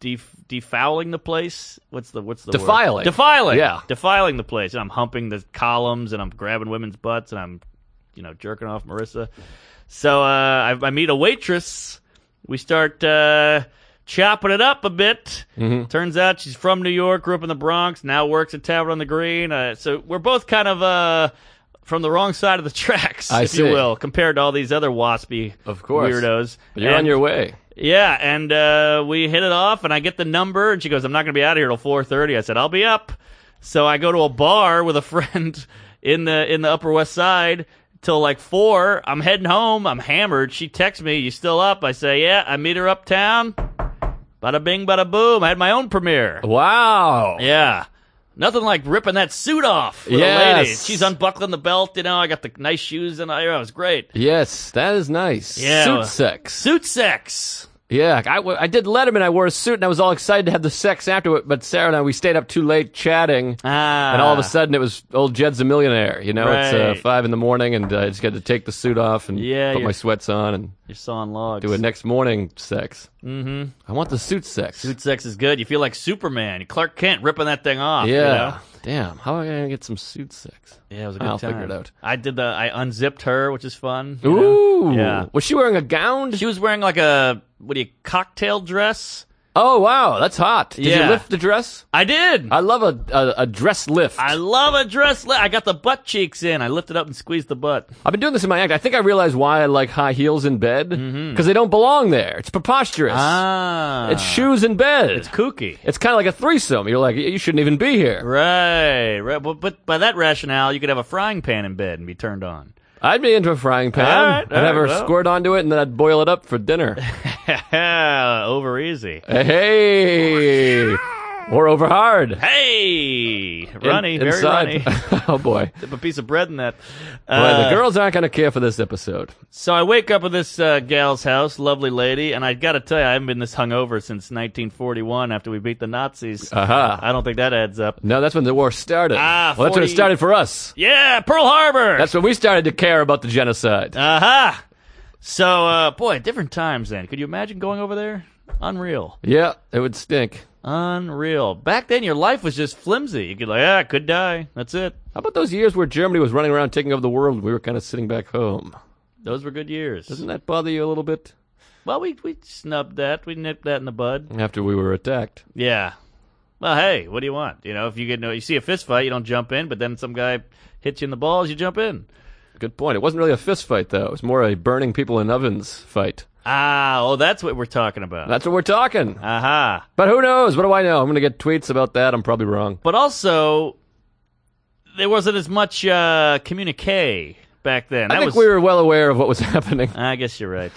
S3: def- defouling the place. What's the what's the word?
S2: Defiling.
S3: Defiling.
S2: Yeah.
S3: defiling the place. And I'm humping the columns, and I'm grabbing women's butts, and I'm you know jerking off Marissa. So uh, I, I meet a waitress. We start uh, chopping it up a bit.
S2: Mm-hmm.
S3: Turns out she's from New York, grew up in the Bronx, now works at Tavern on the Green. Uh, so we're both kind of uh, from the wrong side of the tracks,
S2: I
S3: if
S2: see.
S3: you will, compared to all these other waspy
S2: Of course.
S3: weirdos.
S2: You're on
S3: And-
S2: your way.
S3: yeah, and uh, we hit it off, and I get the number, and she goes, "I'm not going to be out of here till 4:30." I said, "I'll be up." So I go to a bar with a friend in the in the Upper West Side till like four. I'm heading home. I'm hammered. She texts me, "You still up?" I say, "Yeah." I meet her uptown. Bada bing, bada boom. I had my own premiere.
S2: Wow.
S3: Yeah. Nothing like ripping that suit off. With a lady.
S2: Yes.
S3: She's unbuckling the belt. You know, I got the nice shoes, and I, I was great.
S2: Yes, that is nice.
S3: Yeah.
S2: Suit sex.
S3: Suit sex.
S2: Yeah, I, w- I did Letterman. I wore a suit and I was all excited to have the sex after it, but Sarah and I, we stayed up too late chatting.
S3: Ah.
S2: and all of a sudden, it was old Jed's a millionaire. You know, it's uh,
S3: Right.
S2: five in the morning, and uh, I just got to take the suit off and
S3: Yeah,
S2: put
S3: yeah.
S2: my sweats on and
S3: You're sawing logs.
S2: do a next morning sex. Mm-hmm. I want the suit sex.
S3: Suit sex is good. You feel like Superman, Clark Kent ripping that thing off.
S2: yeah.
S3: you know?
S2: Damn. How am I gonna get some suit sex?
S3: yeah, it was a good
S2: I'll
S3: time.
S2: figure it out.
S3: I did the. I unzipped her, which is fun. you know?
S2: Ooh.
S3: Yeah.
S2: Was she wearing a gown?
S3: She was wearing like a what do you cocktail dress?
S2: oh wow, that's hot. Did you
S3: Yeah.
S2: lift the dress?
S3: I did.
S2: I love a a, a dress lift.
S3: I love a dress. Li- I got the butt cheeks in. I lifted up and squeezed the butt.
S2: I've been doing this in my act. I think I realize why I like high heels in bed because they don't belong there. It's preposterous.
S3: Mm-hmm. Ah,
S2: It's shoes in bed. It's,
S3: It's kooky.
S2: kind of like a threesome. You're like, you shouldn't even be here.
S3: Right, right. But, but by that rationale, you could have a frying pan in bed and be turned on.
S2: I'd be into a frying pan.
S3: All right, all
S2: I'd have
S3: right,
S2: her
S3: well.
S2: squirt onto it and then I'd boil it up for dinner. Eh,
S3: Over easy.
S2: hey, or over hard. In-
S3: Hey, runny, very runny.
S2: inside. oh boy.
S3: Dip a piece of bread in that.
S2: Boy,
S3: Uh,
S2: the girls aren't going to care for this episode.
S3: So I wake up at this uh, gal's house, lovely lady, and I got to tell you, I haven't been this hungover since 1941 after we beat the Nazis.
S2: Aha.
S3: I don't think that adds up.
S2: No, that's when the war started.
S3: Ah,
S2: well, that's when it
S3: 40
S2: started for us.
S3: Yeah, Pearl Harbor.
S2: That's when we started to care about the
S3: Uh.
S2: genocide.
S3: aha. So, uh, boy, different times then. Could you imagine going over there? Unreal,
S2: yeah, it would stink.
S3: unreal. Back then, your life was just flimsy. You could like, ah, I could die. That's it.
S2: How about those years where Germany was running around taking over the world? We were kind of sitting back home.
S3: Those were good years.
S2: Doesn't that bother you a little bit?
S3: Well, we we snubbed that. We nipped that in the bud.
S2: After we were attacked.
S3: Yeah. Well, hey, what do you want? You know, if you get no, you see a fist fight, you don't jump in, but then some guy hits you in the balls, you jump in.
S2: Good point. It wasn't really a fist fight, though. It was more a burning people in ovens fight.
S3: Ah, oh, that's what we're talking about.
S2: That's what we're talking.
S3: Aha.
S2: But who knows? What do I know? I'm going to get tweets about that. I'm probably wrong.
S3: But also, there wasn't as much uh, communique back then.
S2: I
S3: That
S2: think
S3: was,
S2: we were well aware of what was happening.
S3: I guess you're right.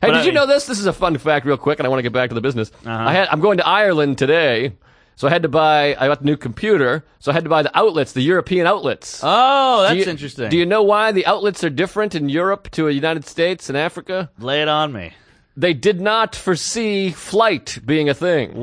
S2: Hey,
S3: But
S2: did
S3: I- Uh-huh.
S2: you know this? This is a fun fact, real quick, and I want to get back to the business. I had, I'm going to Ireland today, so I had to buy. I got a new computer, so I had to buy the outlets, the European outlets.
S3: Oh,
S2: Do
S3: that's
S2: you-
S3: interesting.
S2: Do you know why the outlets are different in Europe to the United States and Africa?
S3: Lay it on me.
S2: they did not foresee flight being a thing.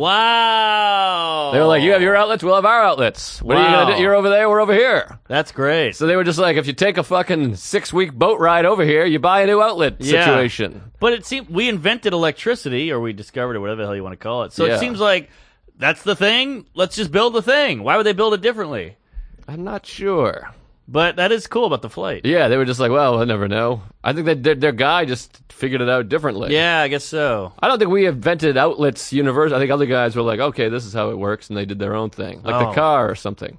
S3: Wow.
S2: They were like, you have your outlets, we'll have our outlets. What are you going to
S3: Wow.
S2: do? You're over there, we're over here.
S3: That's great.
S2: So they were just like, if you take a fucking six week boat ride over here, you buy a new outlet
S3: Yeah.
S2: situation.
S3: But it seemed we invented electricity, or we discovered it, whatever the hell you want to call it. So
S2: Yeah.
S3: it seems like that's the thing. Let's just build the thing. Why would they build it differently?
S2: I'm not sure.
S3: But that is cool about the flight.
S2: Yeah, they were just like, well, we'll never know. I think that their, their guy just figured it out differently.
S3: Yeah, I guess so.
S2: I don't think we invented outlets universe. I think other guys were like, okay, this is how it works, and they did their own thing, like the
S3: Oh.
S2: car or something.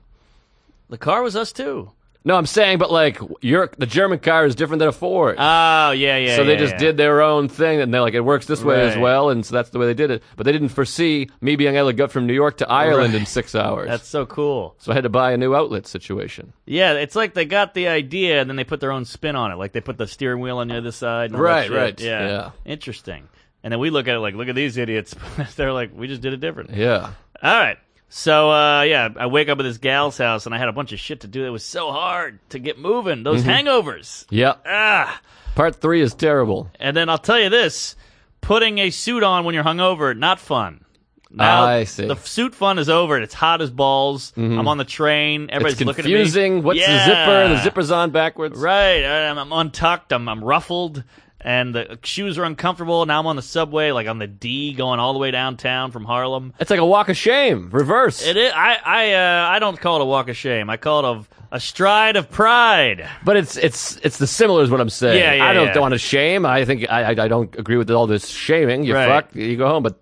S3: The car was us too.
S2: No, I'm saying, but like, your the German car is different than a Ford.
S3: Oh yeah, yeah.
S2: so they
S3: yeah,
S2: just
S3: yeah.
S2: did their own thing, and they're like, it works this way as
S3: Right.
S2: well, and so that's the way they did it. But they didn't foresee me being able to go from New York to Ireland in six hours.
S3: That's so cool.
S2: so I had to buy a new outlet situation.
S3: Yeah, it's like they got the idea and then they put their own spin on it. Like they put the steering wheel on the other side. And all that
S2: Right,
S3: shit.
S2: right,
S3: Yeah.
S2: yeah.
S3: interesting. And then we look at it like, look at these idiots. They're like, we just did it different.
S2: Yeah.
S3: All right. So uh, yeah, I wake up at this gal's house and I had a bunch of shit to do. It was so hard to get moving. Those
S2: Mm-hmm.
S3: hangovers.
S2: Yeah.
S3: Ah.
S2: Part three is terrible.
S3: And then I'll tell you this: putting a suit on when you're hungover, not fun. Now
S2: I see. Mm-hmm.
S3: the f- suit fun is over. It's hot as balls. I'm on the train. Everybody's
S2: it's
S3: looking at me.
S2: confusing. What's the zipper? The
S3: Yeah.
S2: zipper's on backwards.
S3: Right. I'm, I'm untucked. I'm, I'm ruffled. And the shoes are uncomfortable. Now I'm on the subway, like on the D, going all the way downtown from Harlem.
S2: It's like a walk of shame, reverse.
S3: It is. I I uh, I don't call it a walk of shame. I call it a, a stride of pride.
S2: But it's it's it's the similar is what I'm saying.
S3: Yeah, yeah,
S2: I don't
S3: yeah.
S2: want to shame. I think I, I I don't agree with all this shaming. You
S3: Right.
S2: fuck, you go home. But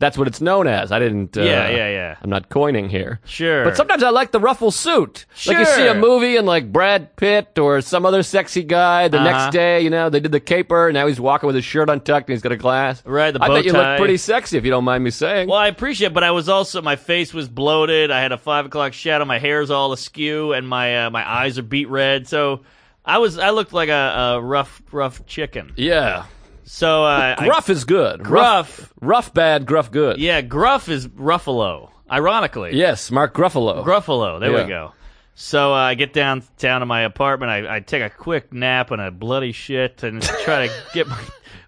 S2: that's what it's known as. I didn't. Uh,
S3: Yeah, yeah, yeah.
S2: I'm not coining here.
S3: Sure.
S2: But sometimes I like the ruffle suit. Like you see a
S3: Sure.
S2: movie and like Brad Pitt or some other sexy guy. The
S3: Uh-huh.
S2: next day, you know, they did the caper. Now he's walking with his shirt untucked and he's got a glass.
S3: Right, the
S2: I
S3: bow
S2: bet you
S3: tie.
S2: look pretty sexy if you don't mind me saying.
S3: Well, I appreciate, it, but I was also my face was bloated. I had a five o'clock shadow. My hair's all askew, and my uh, my eyes are beat red. So I was I looked like a, a rough rough chicken.
S2: yeah.
S3: So uh, I-
S2: Gruff is good.
S3: Gruff.
S2: Rough, rough bad, gruff good.
S3: yeah, gruff is Ruffalo. Ironically,
S2: Yes, Mark Gruffalo.
S3: Gruffalo. There
S2: Yeah.
S3: we go. So uh, I get downtown to my apartment. I, I take a quick nap and a bloody shit and try to get my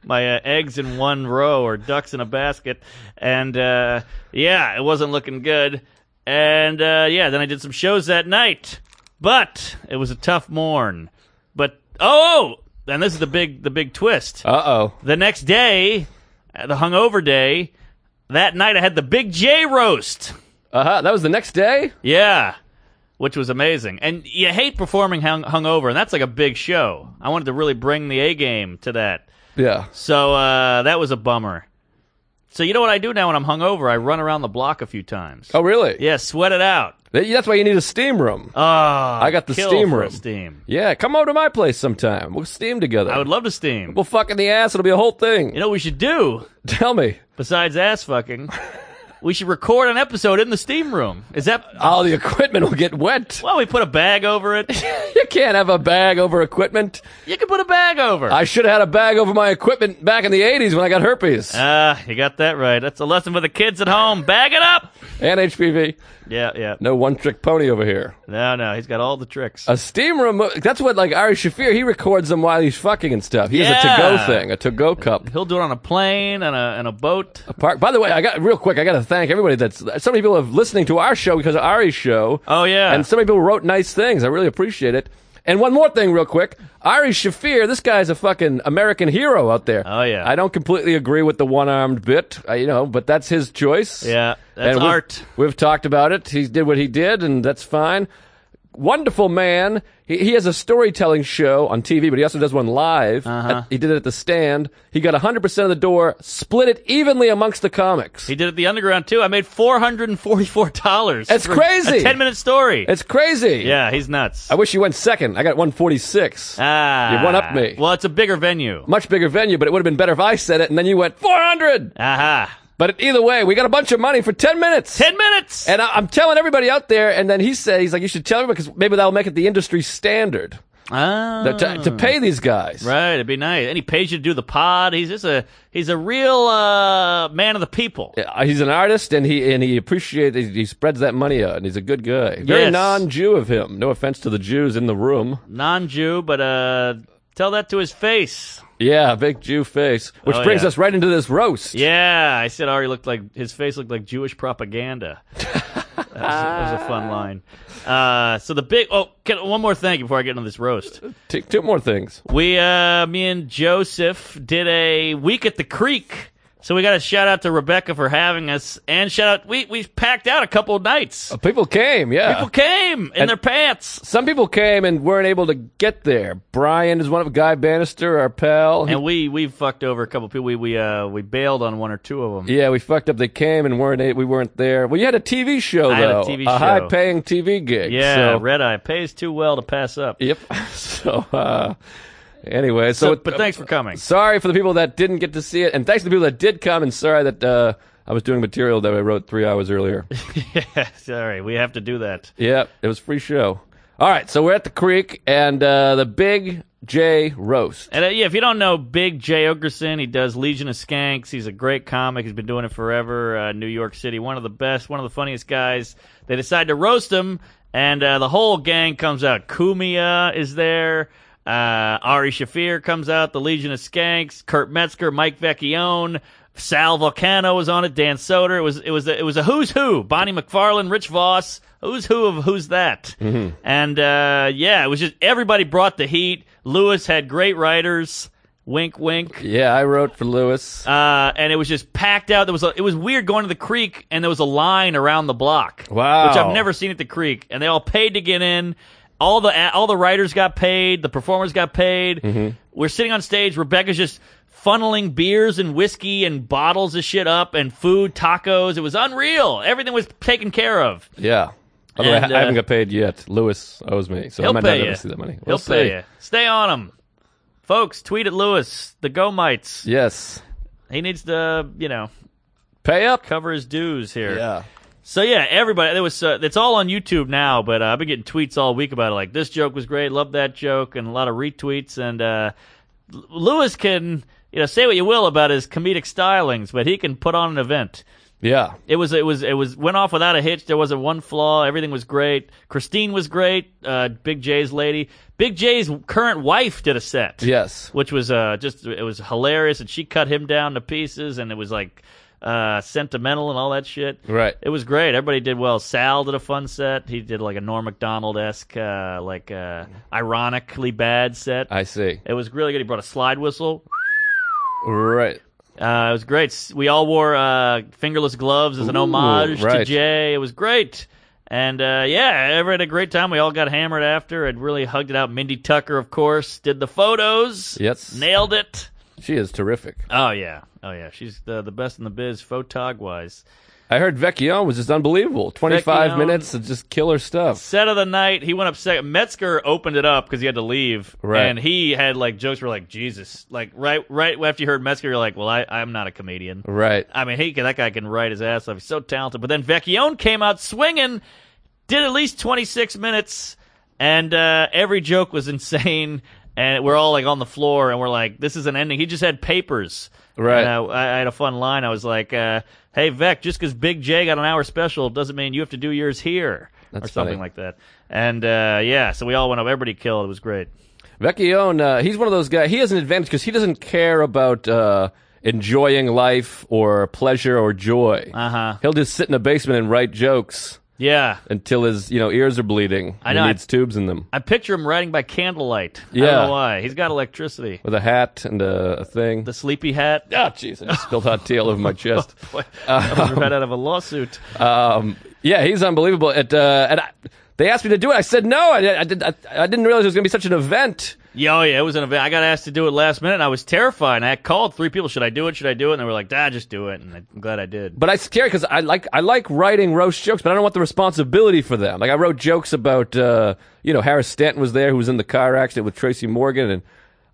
S3: my uh, eggs in one row or ducks in a basket. And uh, yeah, it wasn't looking good. And uh, yeah, then I did some shows that night, but it was a tough morn. But oh, and this is the big the big twist.
S2: Uh oh.
S3: The next day, uh, the hungover day, that night I had the Big J roast.
S2: Uh huh. That was the next day.
S3: Yeah, which was amazing. And you hate performing hung- hungover, and that's like a big show. I wanted to really bring the A game to that.
S2: Yeah.
S3: So uh, that was a bummer. So you know what I do now when I'm hungover? I run around the block a few times.
S2: Oh, really?
S3: Yeah, sweat it out.
S2: That- That's why you need a steam room.
S3: Oh, I
S2: got the steam room.
S3: steam.
S2: yeah, come over to my place sometime. We'll steam together.
S3: I would love to steam.
S2: we'll fuck in the ass. It'll be a whole thing.
S3: you know what we should do
S2: Tell me.
S3: besides ass fucking? we should record an episode in the steam room. Is that?
S2: All the equipment will get wet.
S3: Well, we put a bag over it.
S2: You can't have a bag over equipment.
S3: you can put a bag over.
S2: I should have had a bag over my equipment back in the 80s when I got herpes
S3: Ah, you got that right. That's a lesson for the kids at home. Bag it up.
S2: and HPV.
S3: Yeah, yeah.
S2: No Uh, one trick pony over here.
S3: No, no, he's got all the tricks.
S2: A steam room, that's what, like, Ari Shafir, he records them while he's fucking and stuff. He has a to go
S3: Yeah.
S2: thing, a to go cup.
S3: He'll do it on a plane and a and a boat.
S2: Park. By the way, I got real quick. I got to thank everybody that's so many people have listening to our show because of Ari's show.
S3: Oh, yeah.
S2: and so many people wrote nice things. I really appreciate it. And one more thing, real quick. Ari Shafir, this guy's a fucking American hero out there.
S3: Oh, yeah.
S2: I don't completely agree with the one-armed bit, I, you know, but that's his choice.
S3: Yeah, that's
S2: And we've-
S3: art.
S2: We've talked about it. He did what he did, and that's fine. Wonderful man. He, he has a storytelling show on TV, but he also does one live.
S3: Uh-huh.
S2: At- he did it at the stand. He got 100% of the door, split it evenly amongst the comics.
S3: He did it the underground too. I made four hundred and forty four dollars.
S2: That's crazy.
S3: A ten minute story.
S2: it's crazy.
S3: yeah, he's nuts.
S2: I wish you went second. I got 146.
S3: ah,
S2: you one-upped me.
S3: Well, it's a bigger venue.
S2: Much bigger venue, but it would have been better if I said it, and then you went 400.
S3: Aha,
S2: But either way, we got a bunch of money for 10 minutes.
S3: ten minutes.
S2: And I, I'm telling everybody out there, and then he said, he's like, you should tell everybody because maybe that'll make it the industry standard.
S3: Ah.
S2: that- to, to pay these guys.
S3: Right, it'd be nice. And he pays you to do the pod. He's just a he's a real uh, man of the people.
S2: Uh, He's an artist, and he and he appreciates. He, he spreads that money out, and he's a good guy. Very
S3: Yes.
S2: non-Jew of him. No offense to the Jews in the room.
S3: Non Jew, but uh, tell that to his face.
S2: Yeah, big Jew face, which
S3: Oh,
S2: brings
S3: yeah.
S2: us right into this roast.
S3: Yeah, I said Ari looked like his face looked like Jewish propaganda. that, was, that was a
S2: Ah.
S3: fun line. Uh, so the big oh, can, one more thing before I get into this roast.
S2: T- two more things.
S3: We, uh, me and Joseph did a week at the creek. So we got a shout out to Rebecca for having us, and shout out we we packed out a couple of nights.
S2: People came, yeah.
S3: People came in their pants,
S2: Some people came and weren't able to get there. Brian is one of Guy Bannister, our pal. He-
S3: and we we fucked over a couple people. We we uh we bailed on one or two of them.
S2: yeah, we fucked up. They came and weren't a- we weren't there. Well, you had a TV show though,
S3: I had a TV show.
S2: high-paying TV gig.
S3: Yeah,
S2: so-
S3: red eye pays too well to pass up.
S2: Yep. So uh, anyway, so,
S3: So,
S2: it-
S3: but thanks for coming.
S2: sorry for the people that didn't get to see it, and thanks to the people that did come. And sorry that uh, I was doing material that I wrote three hours earlier.
S3: yeah, sorry, we have to do that.
S2: yeah, it was free show. All right, so we're at the creek and uh, the Big J roast.
S3: And uh, yeah, if you don't know Big Jay Ogerson, he does Legion of Skanks. He's a great comic. He's been doing it forever. Uh, New York City, one of the best, one of the funniest guys. They decide to roast him, and uh, the whole gang comes out. Kumia is there. Uh, Ari Shafir comes out. The Legion of Skanks. Kurt Metzger, Mike Vecchione. Sal Volcano was on it. Dan Soder. It was it was a, it was a who's who. Bonnie McFarlane, Rich Voss. Who's who of who's that? And uh, yeah, it was just everybody brought the heat. Lewis had great writers. Wink, wink.
S2: Yeah, I wrote for Lewis.
S3: Uh, and it was just packed out. There was a, it was weird going to the creek, and there was a line around the block.
S2: Wow.
S3: which I've never seen at the creek. And they all paid to get in. All the all the writers got paid. The performers got paid.
S2: Mm-hmm.
S3: We're sitting on stage. Rebecca's just funneling beers and whiskey and bottles of shit up and food, tacos. It was unreal. Everything was taken care of.
S2: Yeah. By the way,
S3: And,
S2: I
S3: uh,
S2: haven't got paid yet. Lewis owes me, so I
S3: He'll
S2: might
S3: pay
S2: not
S3: you.
S2: ever see that money.
S3: He'll
S2: We'll
S3: pay
S2: see.
S3: you. Stay on him, folks. Tweet at Lewis the Go Mites.
S2: Yes.
S3: He needs to, you know,
S2: Pay up.
S3: cover his dues here. So yeah, everybody. There was. Uh, it's all on YouTube now, but uh, I've been getting tweets all week about it. Like this joke was great, love that joke, and a lot of retweets. And uh, L- Lewis can, you know, say what you will about his comedic stylings, but he can put on an event.
S2: Yeah.
S3: It was it was it was went off without a hitch. There wasn't one flaw. Everything was great. Christine was great. Uh, Big J's lady. Big J's current wife did a set.
S2: Yes.
S3: Which was uh just it was hilarious and she cut him down to pieces and it was like uh sentimental and all that shit.
S2: Right.
S3: It was great. Everybody did well. Sal did a fun set. He did like a Norm Macdonald esque, uh like uh ironically bad set.
S2: I see.
S3: it was really good. He brought a slide whistle.
S2: Right.
S3: Uh, it was great. S- We all wore uh, fingerless gloves as an
S2: Ooh,
S3: homage to
S2: right.
S3: Jay. It was great. And uh, yeah, everyone had a great time. We all got hammered after and really hugged it out. Mindy Tucker, of course, did the photos.
S2: Yes.
S3: Nailed it.
S2: She is terrific.
S3: Oh, yeah. Oh, yeah. She's the, the best in the biz, photog wise.
S2: I heard Vecchione was just unbelievable. 25
S3: Vecchione-
S2: minutes of just killer stuff.
S3: Set of the night, he went up second. Metzger opened it up because he had to leave,
S2: Right.
S3: and he had like jokes were like Jesus, like right right after you heard Metzger, you're like, well, I I'm not a comedian,
S2: Right.
S3: I mean, he can, that guy can write his ass off. He's so talented. But then Vecchione came out swinging, did at least 26 minutes, and uh, every joke was insane. And we're all like on the floor, and we're like, "This is an ending." He just had papers.
S2: Right.
S3: And, uh, I, I had a fun line. I was like, uh, "Hey Vec, just because Big J got an hour special doesn't mean you have to do yours here."
S2: That's
S3: or something
S2: funny.
S3: like that. And uh, yeah, so we all went up. Everybody killed. It was great.
S2: Vecchione, uh, he's one of those guys. He has an advantage because he doesn't care about uh, enjoying life or pleasure or joy.
S3: Uh huh.
S2: He'll just sit in the basement and write jokes
S3: Yeah.
S2: until his you know ears are bleeding.
S3: I
S2: and
S3: know.
S2: He needs tubes in them
S3: I picture him writing by candlelight. I
S2: Yeah.
S3: don't know why. He's got electricity.
S2: with a hat and a, a thing.
S3: The sleepy hat.
S2: Oh, jeez, I just spilled hot tea all over my chest.
S3: Boy, that was right out of a lawsuit.
S2: Um, yeah, he's unbelievable. At, uh, and I, they asked me to do it. I said no. I, I, did, I, I didn't realize it was going to be such an event.
S3: Yeah, oh yeah, it was an event. I got asked to do it last minute, and I was terrified. And I called three people, should I do it? Should I do it? And they were like, Nah, just do it. And I'm glad I did.
S2: But I scared because I like I like writing roast jokes, but I don't want the responsibility for them. Like I wrote jokes about uh, you know Harris Stanton was there, who was in the car accident with Tracy Morgan, and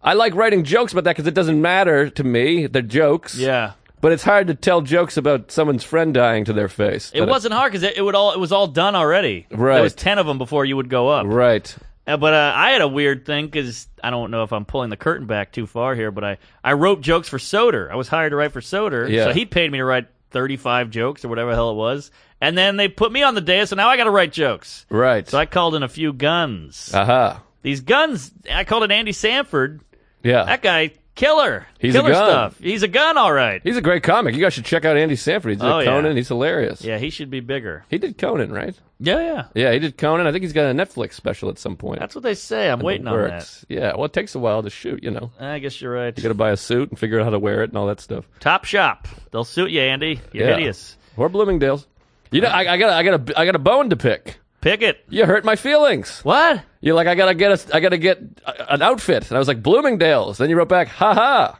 S2: I like writing jokes about that because it doesn't matter to me. They're jokes.
S3: Yeah.
S2: But it's hard to tell jokes about someone's friend dying to their face.
S3: It
S2: But
S3: wasn't hard because it, it would all it was all done already.
S2: Right.
S3: There was ten of them before you would go up.
S2: right.
S3: Uh, But uh, I had a weird thing because I don't know if I'm pulling the curtain back too far here, but I, I wrote jokes for Soder. I was hired to write for Soder,
S2: Yeah.
S3: so he paid me to write 35 jokes or whatever the hell it was. And then they put me on the dais, so now I got to write jokes.
S2: Right.
S3: So I called in a few guns.
S2: Aha.
S3: These guns, I called it Andy Sanford.
S2: Yeah.
S3: That guy Killer.
S2: He's a
S3: Killer
S2: gun.
S3: stuff. He's a gun, all right.
S2: He's a great comic. You guys should check out Andy Sanford. He did
S3: Oh, yeah.
S2: Conan. He's hilarious.
S3: Yeah, he should be bigger.
S2: He did Conan, right?
S3: Yeah, yeah.
S2: Yeah, he did Conan. I think he's got a Netflix special at some point.
S3: That's what they say. I'm
S2: It
S3: waiting on that.
S2: works. Yeah, well, it takes a while to shoot, you know.
S3: I guess you're right.
S2: You got to buy a suit and figure out how to wear it and all that stuff.
S3: Top shop. They'll suit you, Andy. You're
S2: Yeah.
S3: hideous.
S2: Or Bloomingdale's. You know, I, I got, a, I got a, I got a bone to pick.
S3: Pick it.
S2: You hurt my feelings.
S3: What?
S2: You're like, I gotta get a, I gotta get a, an outfit, and I was like, Bloomingdale's. Then you wrote back, ha ha.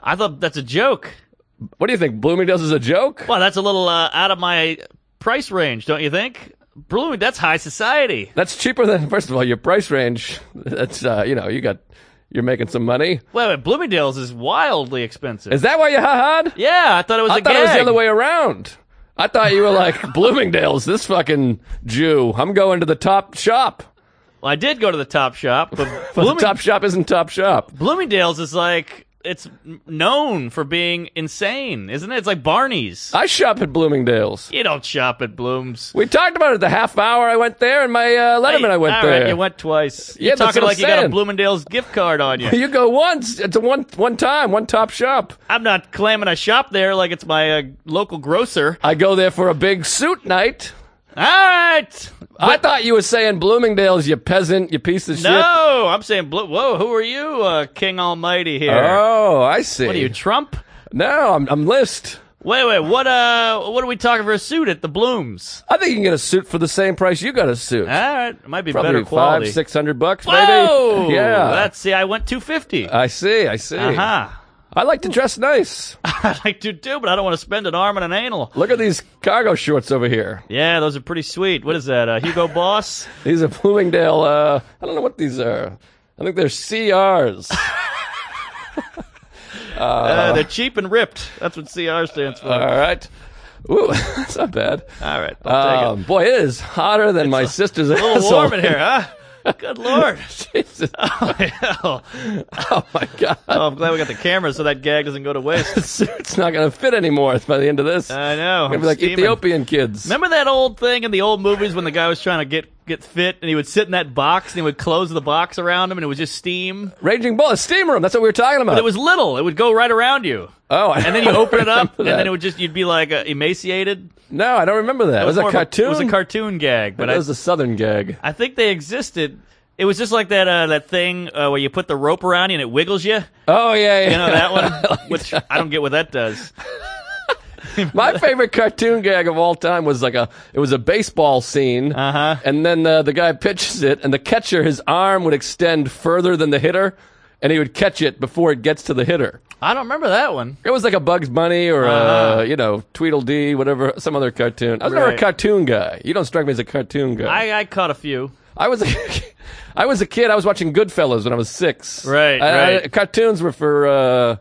S3: I thought that's a joke.
S2: What do you think? Bloomingdale's is a joke?
S3: Well, that's a little uh, out of my price range, don't you think? Blooming, that's high society.
S2: That's cheaper than first of all your price range. That's uh, you know you got you're making some money.
S3: Wait, wait, Bloomingdale's is wildly expensive.
S2: Is that why you ha ha?
S3: yeah, I thought it was a
S2: I thought it was the
S3: gag.
S2: other way around. I thought you were like Bloomingdale's. This fucking Jew. I'm going to the top shop.
S3: Well, I did go to the top shop, but
S2: But
S3: Blooming-
S2: the top shop isn't top shop.
S3: Bloomingdale's is like it's m- known for being insane, isn't it? It's like Barney's.
S2: I shop at Bloomingdale's.
S3: you don't shop at Blooms.
S2: We talked about it the half hour I went there and my uh, Letterman I went
S3: All right,
S2: there.
S3: you went twice.
S2: Yeah,
S3: You're
S2: that's
S3: talking
S2: what I'm
S3: like you got a
S2: saying.
S3: Bloomingdale's gift card on you.
S2: You go once. It's a one one time, one top shop.
S3: I'm not claiming I shop there like it's my uh, local grocer.
S2: I go there for a big suit night.
S3: All right.
S2: I thought you were saying Bloomingdale's, you peasant, you piece of shit.
S3: No, I'm saying, blo- whoa, who are you, uh, King Almighty here?
S2: Oh, I see.
S3: What are you, Trump?
S2: no, I'm, I'm list.
S3: Wait, wait, what? Uh, what are we talking for a suit at the Blooms?
S2: I think you can get a suit for the same price you got a suit.
S3: All right, it might be
S2: Probably
S3: better quality.
S2: five, six hundred bucks, maybe.
S3: Whoa,
S2: Yeah.
S3: That's Uh-huh. see, I went two fifty. Uh
S2: I see. I see.
S3: huh.
S2: I like to dress nice.
S3: I like to do, but I don't want to spend an arm and an anal.
S2: Look at these cargo shorts over here.
S3: Yeah, those are pretty sweet. What is that? Uh, Hugo Boss?
S2: These are Bloomingdale. Uh, I don't know what these are. I think they're CRs.
S3: Uh,
S2: Uh-huh.
S3: they're cheap and ripped. That's what CR stands for.
S2: All right. Ooh, that's not bad.
S3: All right, I'll
S2: Um, boy, it is hotter than my sister's
S3: take it. A little warm in here, huh? Good lord.
S2: Jesus.
S3: Hell.
S2: Oh my god.
S3: Oh, I'm glad we got the camera so that gag doesn't go to waste.
S2: The suit's not going to fit anymore by the end of this.
S3: I know.
S2: Gonna
S3: I'm
S2: be like
S3: Uh, steaming.
S2: Ethiopian kids.
S3: Remember that old thing in the old movies when the guy was trying to get get fit and he would sit in that box and he would close the box around him and it was just steam.
S2: Raging Bull, a steam room. That's what we were talking about.
S3: But it was little. It would go right around you.
S2: oh,
S3: And then you open it up, and then it
S2: was.
S3: would just you'd be like uh, emaciated.
S2: No, I don't remember that. It was,
S3: more
S2: a
S3: of
S2: cartoon.
S3: It was a cartoon gag, but
S2: That
S3: I,
S2: was a southern gag.
S3: I think they existed. It was just like that uh, that thing uh, where you put the rope around you and it wiggles you.
S2: Oh yeah, yeah.
S3: You know that one, which I don't get what that does.
S2: My favorite cartoon gag of all time was like a it was a baseball scene,
S3: Uh-huh.
S2: and then uh, the guy pitches it, and the catcher his arm would extend further than the hitter, and he would catch it before it gets to the hitter.
S3: I don't remember that one.
S2: It was like a Bugs Bunny or
S3: Uh-huh.
S2: a you know Tweedledee, whatever, some other cartoon. I was never a
S3: Right.
S2: cartoon guy. You don't strike me as a cartoon guy.
S3: I, I caught a few.
S2: I, was. A, I was a kid. I was watching Goodfellas when I was six.
S3: Right,
S2: I- I-
S3: right.
S2: cartoons were for, uh,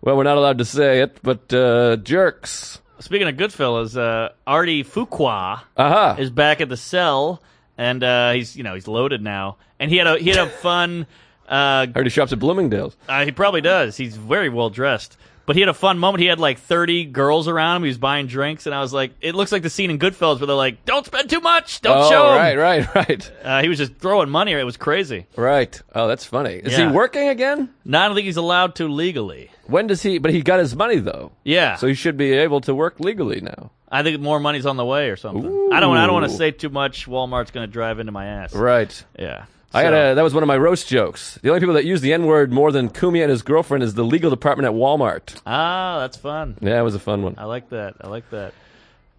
S2: well, we're not allowed to say it, but uh, jerks.
S3: Speaking of Goodfellas, uh, Artie Fuqua
S2: Uh huh.
S3: is back at the cell, and uh, he's you know he's loaded now, and he had a he had a fun. Uh,
S2: I heard he shops at Bloomingdale's.
S3: Uh, he probably does. He's very well dressed. But he had a fun moment. He had like 30 girls around him. He was buying drinks, and I was like, it looks like the scene in Goodfellas where they're like, don't spend too much. Don't
S2: oh,
S3: show him.
S2: right, right, right,
S3: Uh, he was just throwing money. It was crazy.
S2: right. Oh, that's funny. Is
S3: Yeah.
S2: he working again?
S3: Now I don't think he's allowed to legally.
S2: When does he? But he got his money though,
S3: Yeah.
S2: so he should be able to work legally now.
S3: I think more money's on the way or something. I don't I don't want
S2: Ooh.
S3: to say too much. Walmart's going to drive into my ass.
S2: Right.
S3: Yeah.
S2: I
S3: So-
S2: had a, that was one of my roast jokes. The only people that use the N word more than Kumi and his girlfriend is the legal department at Walmart.
S3: Ah, that's fun.
S2: Yeah, it was a fun one.
S3: I like that. I like that.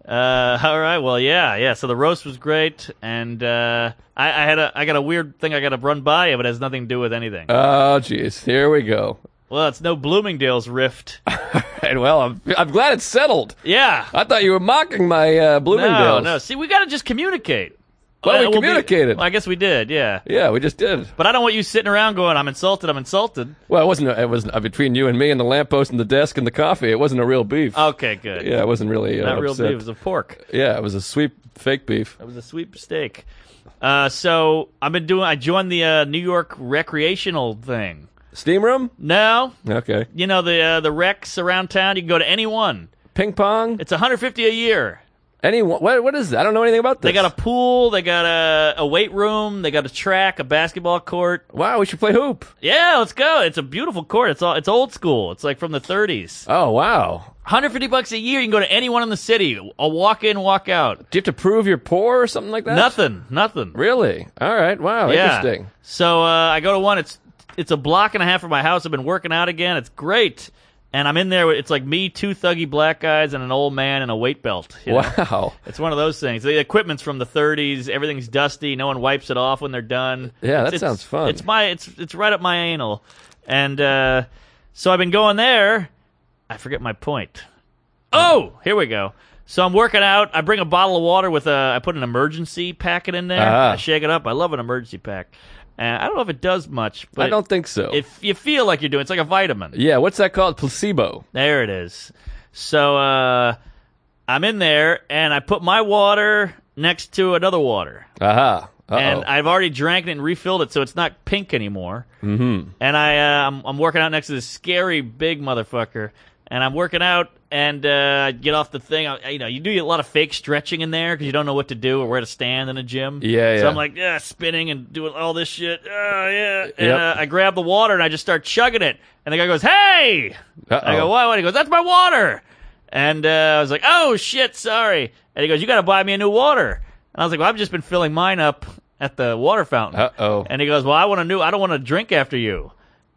S3: Uh, all right. Well, yeah, yeah. So the roast was great, and uh, I, I had a I got a weird thing I got to run by you, but it has nothing to do with anything.
S2: Oh, jeez, here we go.
S3: well, it's no Bloomingdale's rift.
S2: Uh, Right, well, I'm, I'm glad it's settled.
S3: yeah.
S2: I thought you were mocking my uh,
S3: No,
S2: Bloomingdale's.
S3: no. See, we got to just communicate.
S2: Well, we
S3: we'll be-
S2: communicated.
S3: well, I guess we did. Yeah.
S2: Yeah, we just did.
S3: But I don't want you sitting around going, "I'm insulted. I'm insulted."
S2: Well, it wasn't. It was uh, between you and me and the lamppost and the desk and the coffee. It wasn't a real beef.
S3: Okay, good.
S2: yeah, it wasn't really uh,
S3: Oh. Not real
S2: upset.
S3: beef. It was a pork.
S2: Yeah, it was a sweet fake beef.
S3: It was a sweet steak. Uh, so I've been doing. I joined the uh, New York recreational thing.
S2: Steam room.
S3: No,
S2: Okay.
S3: you know the uh, the wrecks around town. You can go to any one.
S2: Ping pong.
S3: It's 150 a year.
S2: Any what? What is? That? I don't know anything about this.
S3: They got a pool. They got a, a weight room. They got a track, a basketball court.
S2: wow. We should play hoop.
S3: Yeah, let's go. It's a beautiful court. It's all it's old school. It's like from the 30s.
S2: Oh wow.
S3: 150 bucks a year. You can go to anyone in the city. A walk in, walk out.
S2: Do you have to prove you're poor or something like that?
S3: Nothing. Nothing.
S2: Really? All right. Wow.
S3: Yeah.
S2: Interesting.
S3: So uh, I go to one. It's it's a block and a half from my house. I've been working out again. It's great. And I'm in there. It's like me, two thuggy black guys, and an old man in a weight belt. you know?
S2: Wow.
S3: It's one of those things. The equipment's from the 30s. Everything's dusty. No one wipes it off when they're done.
S2: Yeah,
S3: It's-
S2: that
S3: it's-
S2: sounds fun.
S3: It's my it's it's right up my anal, and uh, so I've been going there. I forget my point. Oh, here we go. So I'm working out. I bring a bottle of water with a. I put an emergency packet in there.
S2: Ah.
S3: I shake it up. I love an emergency pack. And I don't know if it does much, but
S2: I don't think so.
S3: If you feel like you're doing, it's like a vitamin.
S2: yeah. What's that called? Placebo.
S3: There it is. So uh, I'm in there, and I put my water next to another water,
S2: Aha. Uh-oh.
S3: and I've already drank it and refilled it, so it's not pink anymore. Mm-hmm. And I, uh, I'm, I'm working out next to this scary big motherfucker, and I'm working out, and uh, I get off the thing. I, you know, you do a lot of fake stretching in there because you don't know what to do or where to stand in a gym.
S2: Yeah,
S3: So
S2: yeah.
S3: I'm like, yeah, spinning and doing all this shit. Oh, yeah. And
S2: Yep.
S3: uh, I grab the water and I just start chugging it, and the guy goes, "Hey!"
S2: Uh-oh.
S3: I go, why? What? He goes, that's my water. And uh, I was like, oh shit, sorry. And he goes, you got to buy me a new water. And I was like, well, I've just been filling mine up at the water fountain.
S2: Uh-oh.
S3: And he goes, well, I want a new. I don't want to drink after you.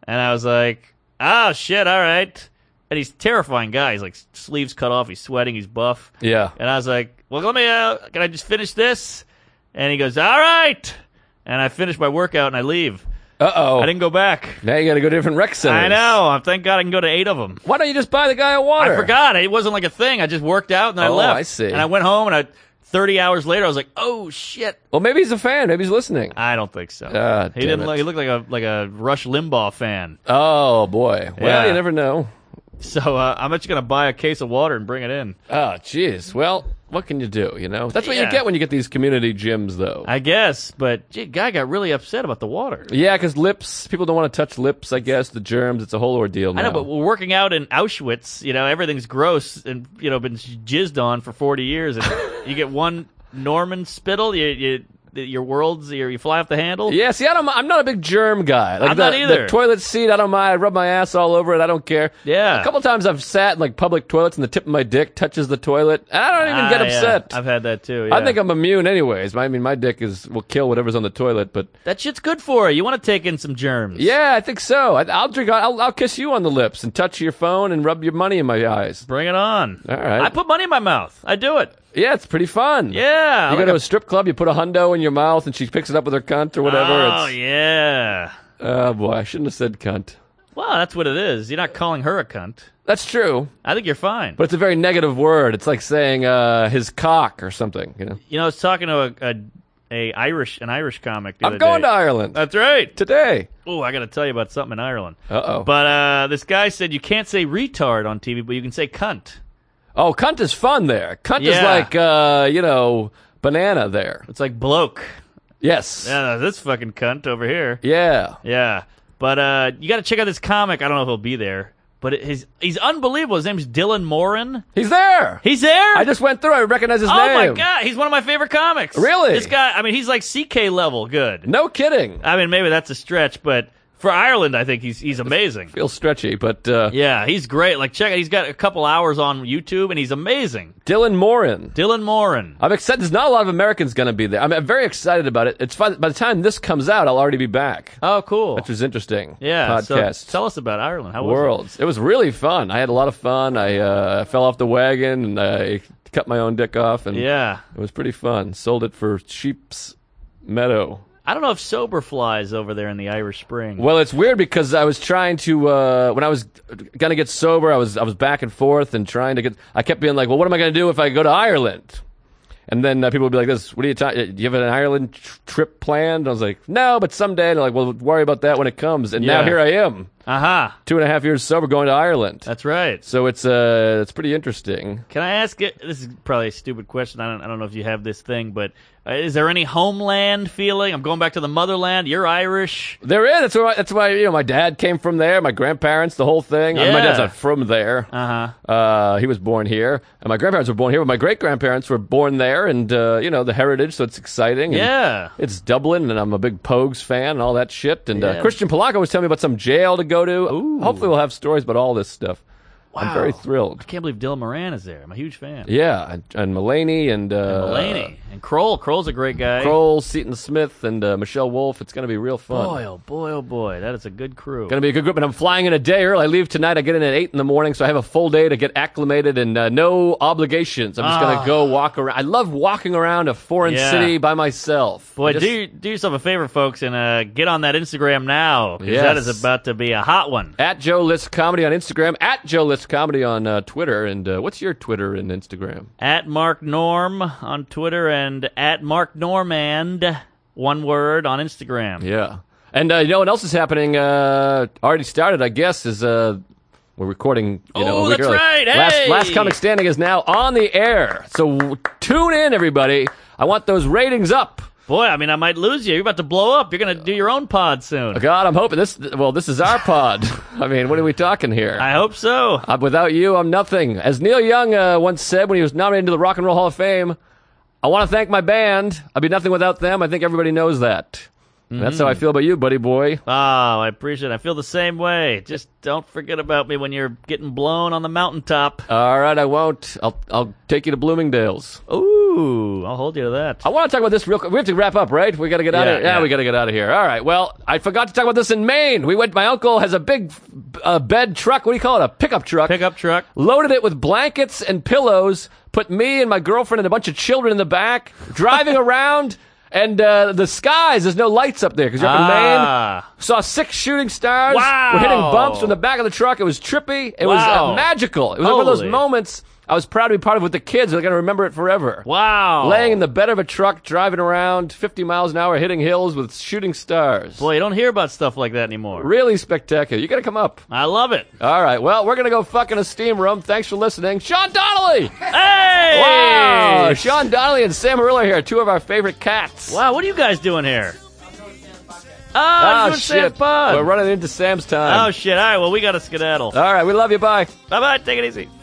S3: And I was like, oh shit, all right. And he's a terrifying guy. He's like sleeves cut off. He's sweating. He's buff.
S2: Yeah.
S3: And I was like, well, let me. Uh, can I just finish this? And he goes, all right. And I finish my workout and I leave.
S2: Uh oh.
S3: I didn't go back.
S2: Now you got to go to different rec centers.
S3: I know. Thank God I can go to eight of them.
S2: Why don't you just buy the guy a water?
S3: I forgot. It wasn't like a thing. I just worked out and then
S2: Oh,
S3: I left.
S2: I see.
S3: And I went home and I 30 hours later I was like, "Oh shit."
S2: Well, maybe he's a fan. Maybe he's listening.
S3: I don't think so.
S2: Ah,
S3: he
S2: damn
S3: didn't
S2: it.
S3: look he looked like a like a Rush Limbaugh fan.
S2: Oh boy. Well,
S3: Yeah.
S2: you never know.
S3: So uh, I'm just going to buy a case of water and bring it in.
S2: Oh, jeez. Well, what can you do? You know, that's what you
S3: Yeah.
S2: get when you get these community gyms, though.
S3: I guess, but gee, guy got really upset about the water.
S2: Yeah, because lips, people don't want to touch lips. I guess the germs. It's a whole ordeal. Now.
S3: I know, but we're working out in Auschwitz, you know, everything's gross and you know been jizzed on for 40 years and you get one Norman spittle, you you your world's you you fly off the handle.
S2: yeah, see, I don't. mi- I'm not a big germ guy. Like
S3: I'm
S2: the,
S3: not either.
S2: The toilet seat, I don't mind. I rub my ass all over it. I don't care.
S3: Yeah.
S2: A couple times I've sat in like public toilets, and the tip of my dick touches the toilet, and I don't even
S3: Ah,
S2: get
S3: yeah.
S2: upset.
S3: I've had that too.
S2: I
S3: yeah.
S2: think I'm immune, anyways. I mean, my dick is will kill whatever's on the toilet, but
S3: That shit's good for you. You want to take in some germs.
S2: yeah, I think so. I, I'll drink. I'll, I'll kiss you on the lips and touch your phone and rub your money in my eyes.
S3: Bring it on.
S2: All right.
S3: I put money in my mouth. I do it.
S2: Yeah, it's pretty fun.
S3: Yeah.
S2: You
S3: Like
S2: go to
S3: a-
S2: a strip club, you put a hundo in your mouth, and she picks it up with her cunt or whatever.
S3: Oh,
S2: it's,
S3: yeah.
S2: Oh boy, I shouldn't have said cunt.
S3: Well, that's what it is. You're not calling her a cunt.
S2: That's true,
S3: I think you're fine.
S2: but it's a very negative word. It's like saying uh, his cock or something. You know,
S3: you know, I was talking to a, a, a Irish an Irish comic. The
S2: I'm
S3: other
S2: going
S3: day.
S2: to Ireland
S3: That's right.
S2: today.
S3: Oh, I got to tell you about something in Ireland.
S2: Uh oh.
S3: But uh, this guy said you can't say retard on TV, but you can say cunt.
S2: oh, cunt is fun there. Cunt is
S3: Yeah.
S2: like uh, you know banana there.
S3: It's like bloke.
S2: Yes.
S3: Yeah, this fucking cunt over here.
S2: Yeah.
S3: Yeah, but uh, you got to check out this comic. I don't know if he'll be there, but it, his he's unbelievable. His name's Dylan Moran.
S2: He's there.
S3: He's there.
S2: I just went through. I recognize his
S3: oh
S2: name.
S3: my god, he's one of my favorite comics.
S2: Really?
S3: This guy. I mean, he's like CK level good.
S2: No kidding.
S3: I mean, maybe that's a stretch, but for Ireland, I think he's he's amazing.
S2: Feels stretchy, but uh,
S3: Yeah, he's great. Like check, it. he's got a couple hours on YouTube, and he's amazing.
S2: Dylan Moran.
S3: Dylan Moran.
S2: I'm excited. There's not a lot of Americans going to be there. I'm, I'm very excited about it. It's fun. By the time this comes out, I'll already be back,
S3: Oh, cool.
S2: which was interesting.
S3: yeah. so
S2: podcast
S3: tell us about Ireland. How was it?
S2: worlds. It was really fun. I had a lot of fun. I uh, fell off the wagon and I cut my own dick off, and
S3: Yeah.
S2: it was pretty fun. Sold it for Sheep's Meadow.
S3: I don't know if sober flies over there in the Irish Spring.
S2: Well, it's weird because I was trying to uh, when I was gonna get sober, I was I was back and forth and trying to get. I kept being like, "Well, what am I gonna do if I go to Ireland?" And then uh, people would be like, "This, what are you talking? Do you have an Ireland tr- trip planned?" And I was like, "No, but someday." And they're like, "Well, worry about that when it comes." And now
S3: Yeah.
S2: here I am.
S3: Aha.
S2: Two and a half years sober, going to Ireland.
S3: That's right.
S2: so it's uh, it's pretty interesting.
S3: Can I ask it? This is probably a stupid question. I don't, I don't know if you have this thing, but uh, is there any homeland feeling? I'm going back to the motherland. You're Irish.
S2: There is. That's where. My, that's why you know my dad came from there. My grandparents, the whole thing. I mean, my
S3: Yeah.
S2: dad's not from there.
S3: Uh huh.
S2: Uh, he was born here, and my grandparents were born here, but my great grandparents were born there, and uh, you know the heritage, so it's exciting. and
S3: Yeah.
S2: It's Dublin, and I'm a big Pogues fan and all that shit. And uh,
S3: Yeah.
S2: Christian Palaka was telling me about some jail to go to. Hopefully, we'll have stories about all this stuff. I'm very
S3: Wow.
S2: thrilled.
S3: I can't believe Dylan Moran is there. I'm a huge fan.
S2: Yeah, and, and Mulaney and, uh,
S3: Mulaney and Kroll. Kroll's a great guy.
S2: Kroll, Seton Smith, and uh, Michelle Wolf. It's going to be real fun.
S3: Boy, oh boy, oh boy. That is a good crew.
S2: Going to be a good group, and I'm flying in a day early. I leave tonight. I get in at eight in the morning, so I have a full day to get acclimated and uh, no obligations. I'm just going to go walk around. I love walking around a foreign
S3: Ah. Yeah.
S2: city by myself.
S3: Boy,
S2: Just-
S3: do do yourself a favor, folks, and uh, get on that Instagram now 'cause
S2: Yes.
S3: that is about to be a hot one.
S2: at Joe List Comedy on Instagram, at Joe List Comedy on uh, Twitter, and uh, what's your Twitter and Instagram?
S3: At Mark Norm on Twitter and at Mark Normand, one word on Instagram.
S2: Yeah, and uh, you know what else is happening? Uh, already started, I guess. Is uh, we're recording. You know,
S3: Oh,
S2: a week
S3: that's
S2: early.
S3: right.
S2: Last,
S3: Hey!
S2: Last Comic Standing is now on the air, so w- tune in, everybody. I want those ratings up.
S3: Boy, I mean, I might lose you. You're about to blow up. You're going to do your own pod soon.
S2: God, I'm hoping this. Well, this is our pod. I mean, what are we talking here?
S3: I hope so.
S2: Uh, without you, I'm nothing. As Neil Young uh, once said when he was nominated to the Rock and Roll Hall of Fame, I want to thank my band. I'd be nothing without them. I think everybody knows that. And That's
S3: Mm.
S2: how I feel about you, buddy boy.
S3: Oh, I appreciate it. I feel the same way. Just don't forget about me when you're getting blown on the mountaintop.
S2: All right, I won't. I'll I'll take you to Bloomingdale's.
S3: Ooh, I'll hold you to that.
S2: I want to talk about this real quick. We have to wrap up, right? We got to get out of
S3: Yeah,
S2: here. Yeah,
S3: yeah.
S2: we got to get out of here. All right. Well, I forgot to talk about this in Maine. We went. My uncle has a big uh, bed truck. What do you call it? A pickup truck.
S3: Pickup truck.
S2: Loaded it with blankets and pillows. Put me and my girlfriend and a bunch of children in the back, driving around. And uh, the skies, there's no lights up there because you're up in
S3: Ah.
S2: Maine. Saw six shooting stars.
S3: Wow.
S2: We're hitting bumps from the back of the truck. It was trippy. It was uh,
S3: Wow.
S2: magical. It was one of those
S3: Holy.
S2: moments I was proud to be part of with the kids. They're going to remember it forever
S3: Wow.
S2: laying in the bed of a truck, driving around 50 miles an hour, hitting hills with shooting stars.
S3: Boy, you don't hear about stuff like that anymore.
S2: Really spectacular. You got to come up.
S3: I love it.
S2: All right. Well, we're going to go fuck in a steam room. Thanks for listening. Sean Donnelly.
S3: Hey!
S2: Wow. Sean Donnelly and Sam Arillo here, two of our favorite cats.
S3: Wow, what are you guys doing here? Oh,
S2: Oh,
S3: I'm doing Oh, Sam's
S2: shit.
S3: pod.
S2: We're Uh, running into Sam's time.
S3: Oh, shit. All right, well, we got to skedaddle.
S2: All right. We love you. Bye.
S3: Bye-bye. Take it easy.